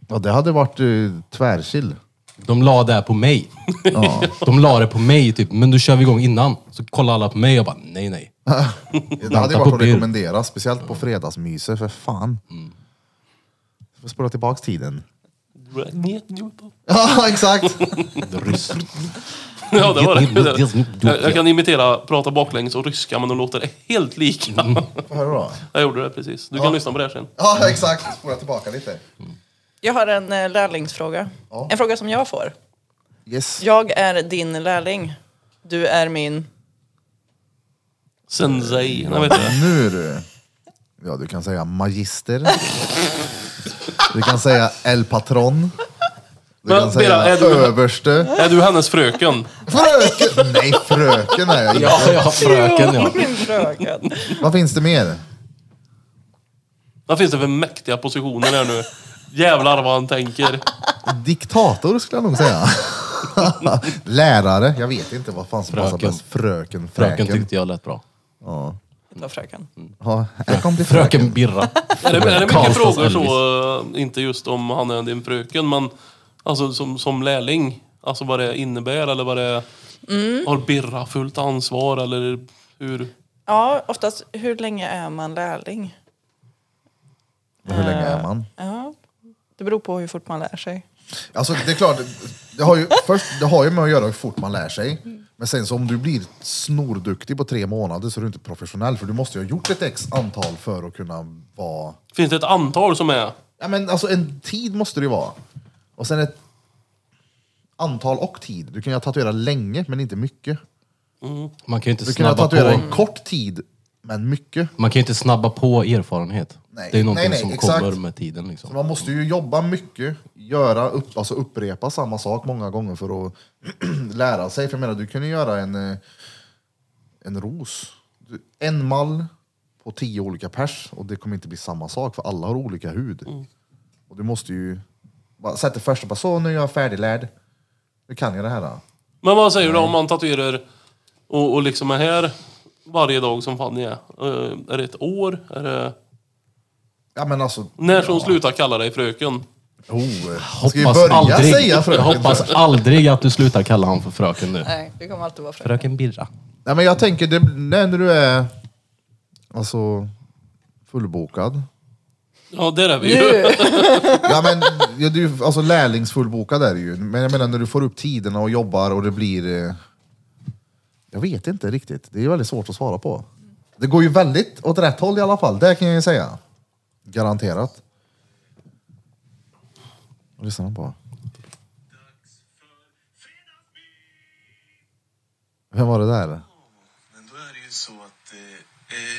Ja, det hade varit uh, tvärchill. De la det här på mig. De la det på mig typ, men du kör vi igång innan. Så kollar alla på mig och bara, nej nej. Det hade ju på varit att bild. rekommendera, speciellt på fredagsmyset, för fan. Jag får spola tillbaks tiden. Ja, exakt! Ja, det var det. Jag, jag kan imitera, prata baklänges och ryska, men de låter helt lika. Mm. Får höra då. Jag gjorde det precis. Du kan lyssna på det här sen. Ja, exakt. Spola tillbaka lite. Jag har en eh, lärlingsfråga. Ja. En fråga som jag får. Yes. Jag är din lärling. Du är min... Sensei, nej vet du. Nu du. Ja, du kan säga magister. Du kan säga el patron. Du Men, kan säga Bera, är du- överste. Är du hennes fröken? Fröken! Nej, fröken är jag inte. Ja, ja, fröken ja. min fröken. Vad finns det mer? Vad finns det för mäktiga positioner här nu? Jävlar vad han tänker. Diktator skulle jag nog säga. Lärare. Jag vet inte vad fan som passar Fröken. bäst. Fröken, fräken. Fröken tyckte jag lät bra. Ja. Ta fröken. Ja, här kom det Fröken Birra. Är det, är det mycket Karlstads frågor Elvis. så, eh, inte just om han är din fröken, men alltså som, som lärling, alltså vad det innebär eller vad det Har Birra fullt ansvar eller hur? Ja, oftast hur länge är man lärling? Hur länge är man? Ja, det beror på hur fort man lär sig. Alltså det är klart, det har ju, först, det har ju med att göra hur fort man lär sig. Men sen så om du blir snorduktig på tre månader så är du inte professionell. För du måste ju ha gjort ett x antal för att kunna vara... Finns det ett antal som är? Ja men alltså en tid måste det ju vara. Och sen ett antal och tid. Du kan ju ha tatuerat länge men inte mycket. Man kan ju inte Du kan ju ha snabba tatuerat på, en kort tid men mycket. man kan ju inte snabba på erfarenhet. Nej, Det är någonting nej, nej, som exakt. kommer med tiden liksom. Så man måste ju jobba mycket, göra upp, alltså upprepa samma sak många gånger för att lära sig. För jag menar, du kunde göra en, eh, en ros. Du- En mall på tio olika pers och det kommer inte bli samma sak för alla har olika hud. Och du måste ju bara sätta det första bara så nu är jag färdiglärd. Nu kan jag det här. Då. Men vad säger du om man tatuerar och, och liksom är här varje dag som Fanny är? Eh, Är det ett år? Är det... Ja men alltså, Oh, När ska hon sluta kalla dig fröken? oh, ska vi Hoppas börja aldrig, säga jag fröken? hoppas aldrig att du slutar kalla honom för fröken nu. Nej, det kommer alltid vara fröken. Fröken Birra. Nej men jag tänker, det, när du är alltså fullbokad Ja, där är vi ju. Ja, men, ja, du, alltså lärlingsfullbokad är det ju. Men jag menar när du får upp tiderna och jobbar och det blir... Eh, jag vet inte riktigt. Det är väldigt svårt att svara på. Det går ju väldigt åt rätt håll i alla fall. Det kan jag ju säga. Garanterat. Vad lyssnar han på? Vem var det där? Men då är det ju så att det är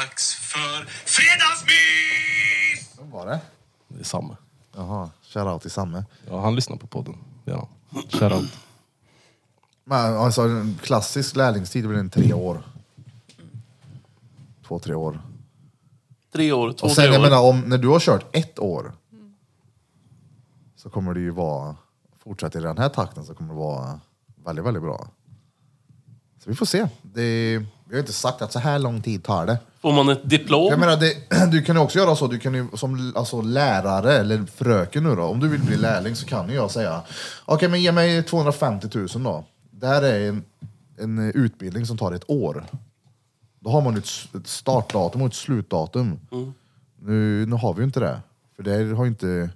dags för fredagsmys! Vem var det? Det är samma. Jaha, shoutout till Samme. Ja, han lyssnar på podden. Ja. Shoutout. Men alltså en klassisk lärlingstid blir en tre år. Två, tre år. Tre år, två, Och sen tre jag år. menar, om, när du har kört ett år så kommer det ju vara, fortsätter i den här takten så kommer det vara väldigt, väldigt bra. Så vi får se. Det, vi har inte sagt att så här lång tid tar det. Får man ett diplom? Jag menar, det, du kan ju också göra så, du kan ju som alltså, lärare eller fröken nu då, om du vill bli lärling så kan ju jag säga, okej men ge mig 250 000 då. Det här är en, en utbildning som tar ett år. Då har man ju ett, s- ett startdatum och ett slutdatum. Nu, nu har vi ju inte det. För det har ju inte, det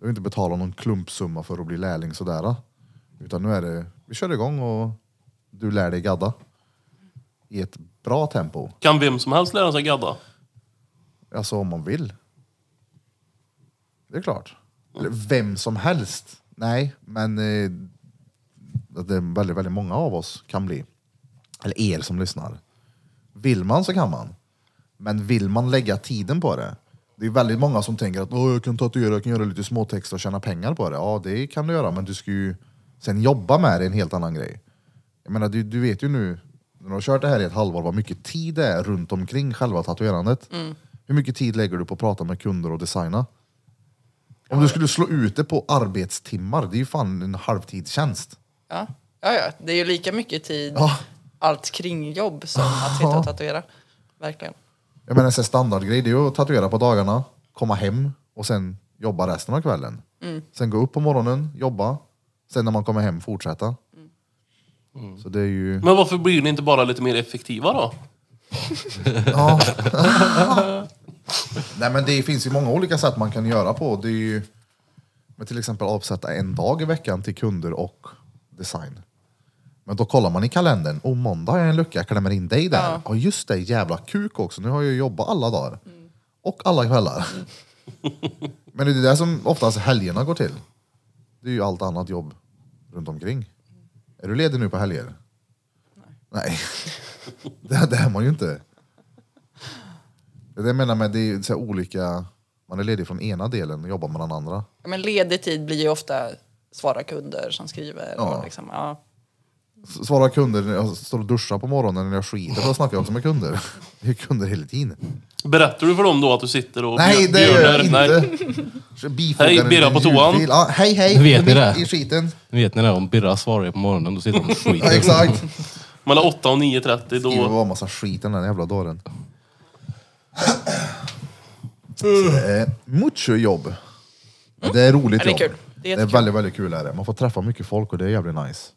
har ju inte betalat någon klumpsumma för att bli lärling sådär. Utan nu är det, vi kör igång och du lär dig gadda. I ett bra tempo. Kan vem som helst lära sig gadda? Alltså om man vill. Det är klart. Eller Vem som helst. Nej, men eh, det är väldigt, väldigt många av oss kan bli. Eller er som lyssnar. Vill man så kan man. Men vill man lägga tiden på det? Det är väldigt många som tänker att Åh, jag kan tatuera, jag kan göra lite småtexter och tjäna pengar på det. Ja, det kan du göra, men du ska ju sen jobba med det är en helt annan grej. Jag menar, du, du vet ju nu när du har kört det här i ett halvår vad mycket tid det är runt omkring själva tatuerandet. Hur mycket tid lägger du på att prata med kunder och designa? Om du skulle slå ut det på arbetstimmar, det är ju fan en halvtidstjänst. Ja. Ja, ja. Det är ju lika mycket tid, Ja. allt kringjobb som att sitta och tatuera. Verkligen. Jag menar, en sån här standardgrej det är ju att tatuera på dagarna, komma hem och sen jobba resten av kvällen. Sen gå upp på morgonen, jobba, sen när man kommer hem fortsätta. Så det är ju... Men varför blir ni inte bara lite mer effektiva då? Ja. Nej men det finns ju många olika sätt man kan göra på. Det är ju men till exempel avsätta en dag i veckan till kunder och design. Men då kollar man i kalendern, och måndag är en lucka, jag klämmer in dig där. Ja just det, jävla kuk också, nu har jag jobbat alla dagar. Och alla kvällar. Mm. Men det är det som oftast helgerna går till. Det är ju allt annat jobb runt omkring. Är du ledig nu på helger? Mm. Nej. Det, det är man ju inte. Det är det jag menar med det är ju så här olika, man är ledig från ena delen och jobbar med den andra. Ja, men ledig tid blir ju ofta svara kunder som skriver. Ja. Och liksom, ja. S- Svara kunder, när jag står och duschar på morgonen när jag skiter, då snackar jag också med kunder. Det är ju kunder hela tiden. Berättar du för dem då att du sitter och Nej, björ- det gör jag björnar? Nej. inte. Så bifogar Hej, en Birra på liten toan. ljudfil. Ja, hej, hej. Nu vet ni Mitt det. I skiten. Ni vet ni det, om Birra svarar på morgonen då sitter de och Ja, skiter. exakt. Mellan 8 och 9.30 Det då... var en massa skit den där jävla dåren. Uh. Så det är Mucho jobb. Men Det är roligt Mm. Ja, det är jobb. kul. Det är det är jättekul. väldigt, väldigt kul. Är det. Man får träffa mycket folk och det är jävligt nice.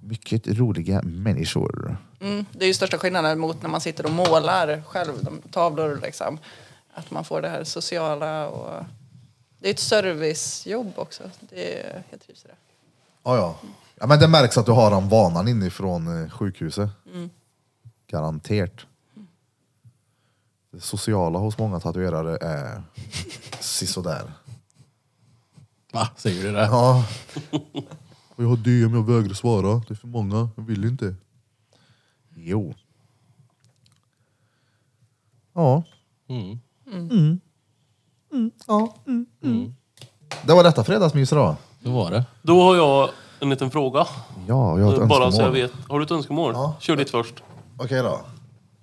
Mycket roliga människor. Mm, det är ju största skillnaden mot när man sitter och målar själv, de tavlor liksom. Att man får det här sociala och... Det är ett servicejobb också. Det är, jag trivs i det. Ja, ja. ja men det märks att du har den vanan inifrån eh, sjukhuset. Mm. Garanterat. Det sociala hos många tatuerare är sisådär. Va, säger du det? Ja. Och jag har DM, jag vägrar svara. Det är för många, jag vill inte. Jo. Ja. Mm. Mm. ja. Mm. Det var detta fredagsmys då. Det var det. Då har jag en liten fråga. Ja, jag har ett Bara så jag önskemål. vet. Har du ett önskemål? Ja. Kör ditt först. Okej då.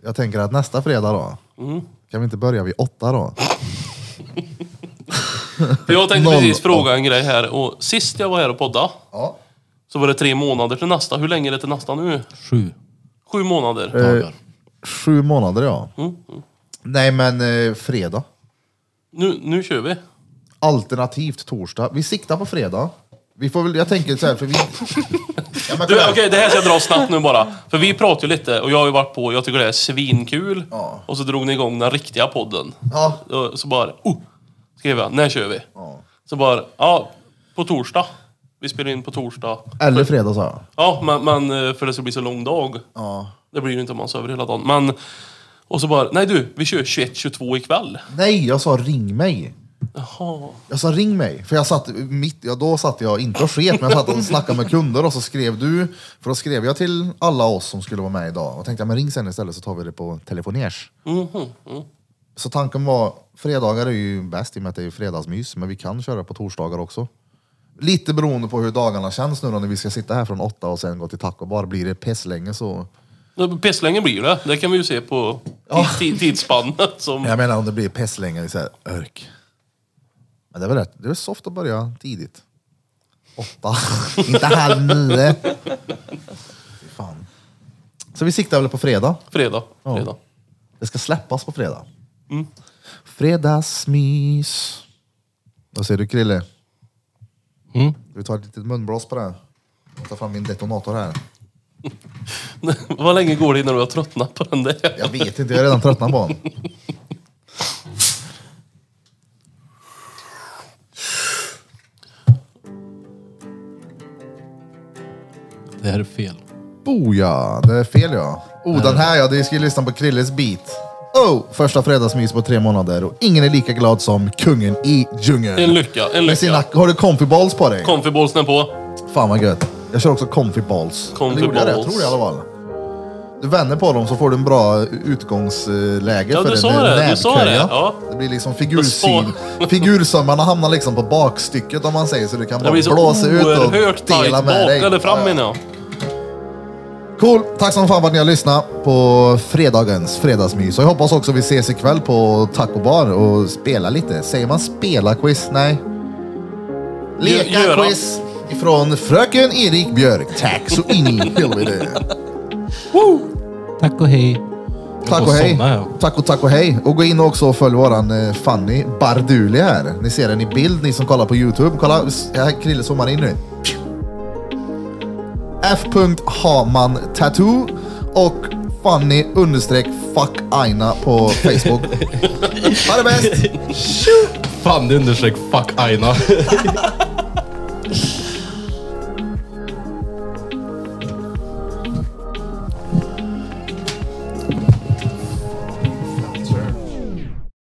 Jag tänker att nästa fredag då, Mm. kan vi inte börja vid åtta då? För jag tänkte Noll precis och- fråga en grej här. Och sist jag var här och podda Ja. så var det tre månader till nästa. Hur länge är det till nästa nu? Sju Sju Eh. månader. dagar. Sju månader ja. Mm. Nej men eh, fredag. Nu, nu kör vi. Alternativt torsdag. Vi siktar på fredag. Vi får väl, jag tänker så här, för vi... Ja, men Du, kolla här. okej, det här ska jag dra snabbt nu bara. För vi pratar ju lite och jag har ju varit på, jag tycker det är svinkul. Ja. Och så drog ni igång den riktiga podden. Ja. Och Så bara, oh, skrev jag, när kör vi? Ja. Så bara, ja, på torsdag. Vi spelar in på torsdag. Eller fredag sa jag. Ja, men, men eh, för det ska bli så lång dag. Ja. Det blir ju inte om man sover hela dagen. Men, och så bara, nej du, vi kör 21-22 ikväll. Nej, jag sa ring mig. Jaha. Jag sa ring mig, för jag satt mitt, ja, då satt jag inte och sket, men jag satt och snackade med kunder och så skrev du, för då skrev jag till alla oss som skulle vara med idag och tänkte, ja, men ring sen istället så tar vi det på telefoners. Så tanken var, fredagar är ju bäst i och med att det är fredagsmys, men vi kan köra på torsdagar också. Lite beroende på hur dagarna känns nu då, när vi ska sitta här från åtta och sen gå till taco bar. Blir det pisslänge så... Pisslänge blir det. Det kan vi ju se på tids- tid, tidsspannet. Som, Jag menar om det blir pisslänge, så här, örk. Men det är väl rätt, det är soft att börja tidigt. Åtta, inte halv nio. Fy Fan. Så vi siktar väl på fredag. Fredag. Ja. fredag. Det ska släppas på fredag. Fredagsmys. Vad säger du Krille? Mm. Ska vi ta ett litet munblås på det? här? Jag tar fram min detonator här. Vad länge går det innan du har tröttnat på den där? Jag vet inte, jag är redan tröttnat på honom. Det här är fel. Boja, det är fel ja. Oh, den här ja, det ska ju lyssna på Krilles beat. Oh, första fredagsmys på tre månader och ingen är lika glad som kungen i djungeln. En lycka, en Med lycka. sina, har du comfy balls på dig? Comfybollsen är på. Fan vad gött. Jag kör också comfy balls. Comfy Eller gjorde jag det? Jag balls. tror det i alla fall. Du vänder på dem så får du en bra eh, utgångsläge Ja, för du en sa eh, det, du sa nävkölja. det, ja. det blir liksom Jag figursyn. Figursömmarna hamnar liksom på bakstycket om man säger så du kan Det bara blir så blåsa ut och oerhört tajt dela med bak dig. eller fram Ja, ja. menar jag. Cool, tack som fan för att ni har lyssnat på fredagens fredagsmys. Och jag hoppas också vi ses ikväll på Taco Bar och spela lite. Säger man spela quiz? Nej. Leka Göra. quiz. Ifrån fröken Erik Björk. Tack så in i helvete. Tack och hej. Tack Och och hej. såna, ja. Tack och tack och hej. Och gå in också och följ våran eh, Fanny Barduli här. Ni ser den i bild, ni som kollar på YouTube. Kolla, s- här Krille zoomar in nu. F. Haman Tattoo och Fanny understreck fuck Aina på Facebook. ha det bäst! Fan, det understreck fuck Aina.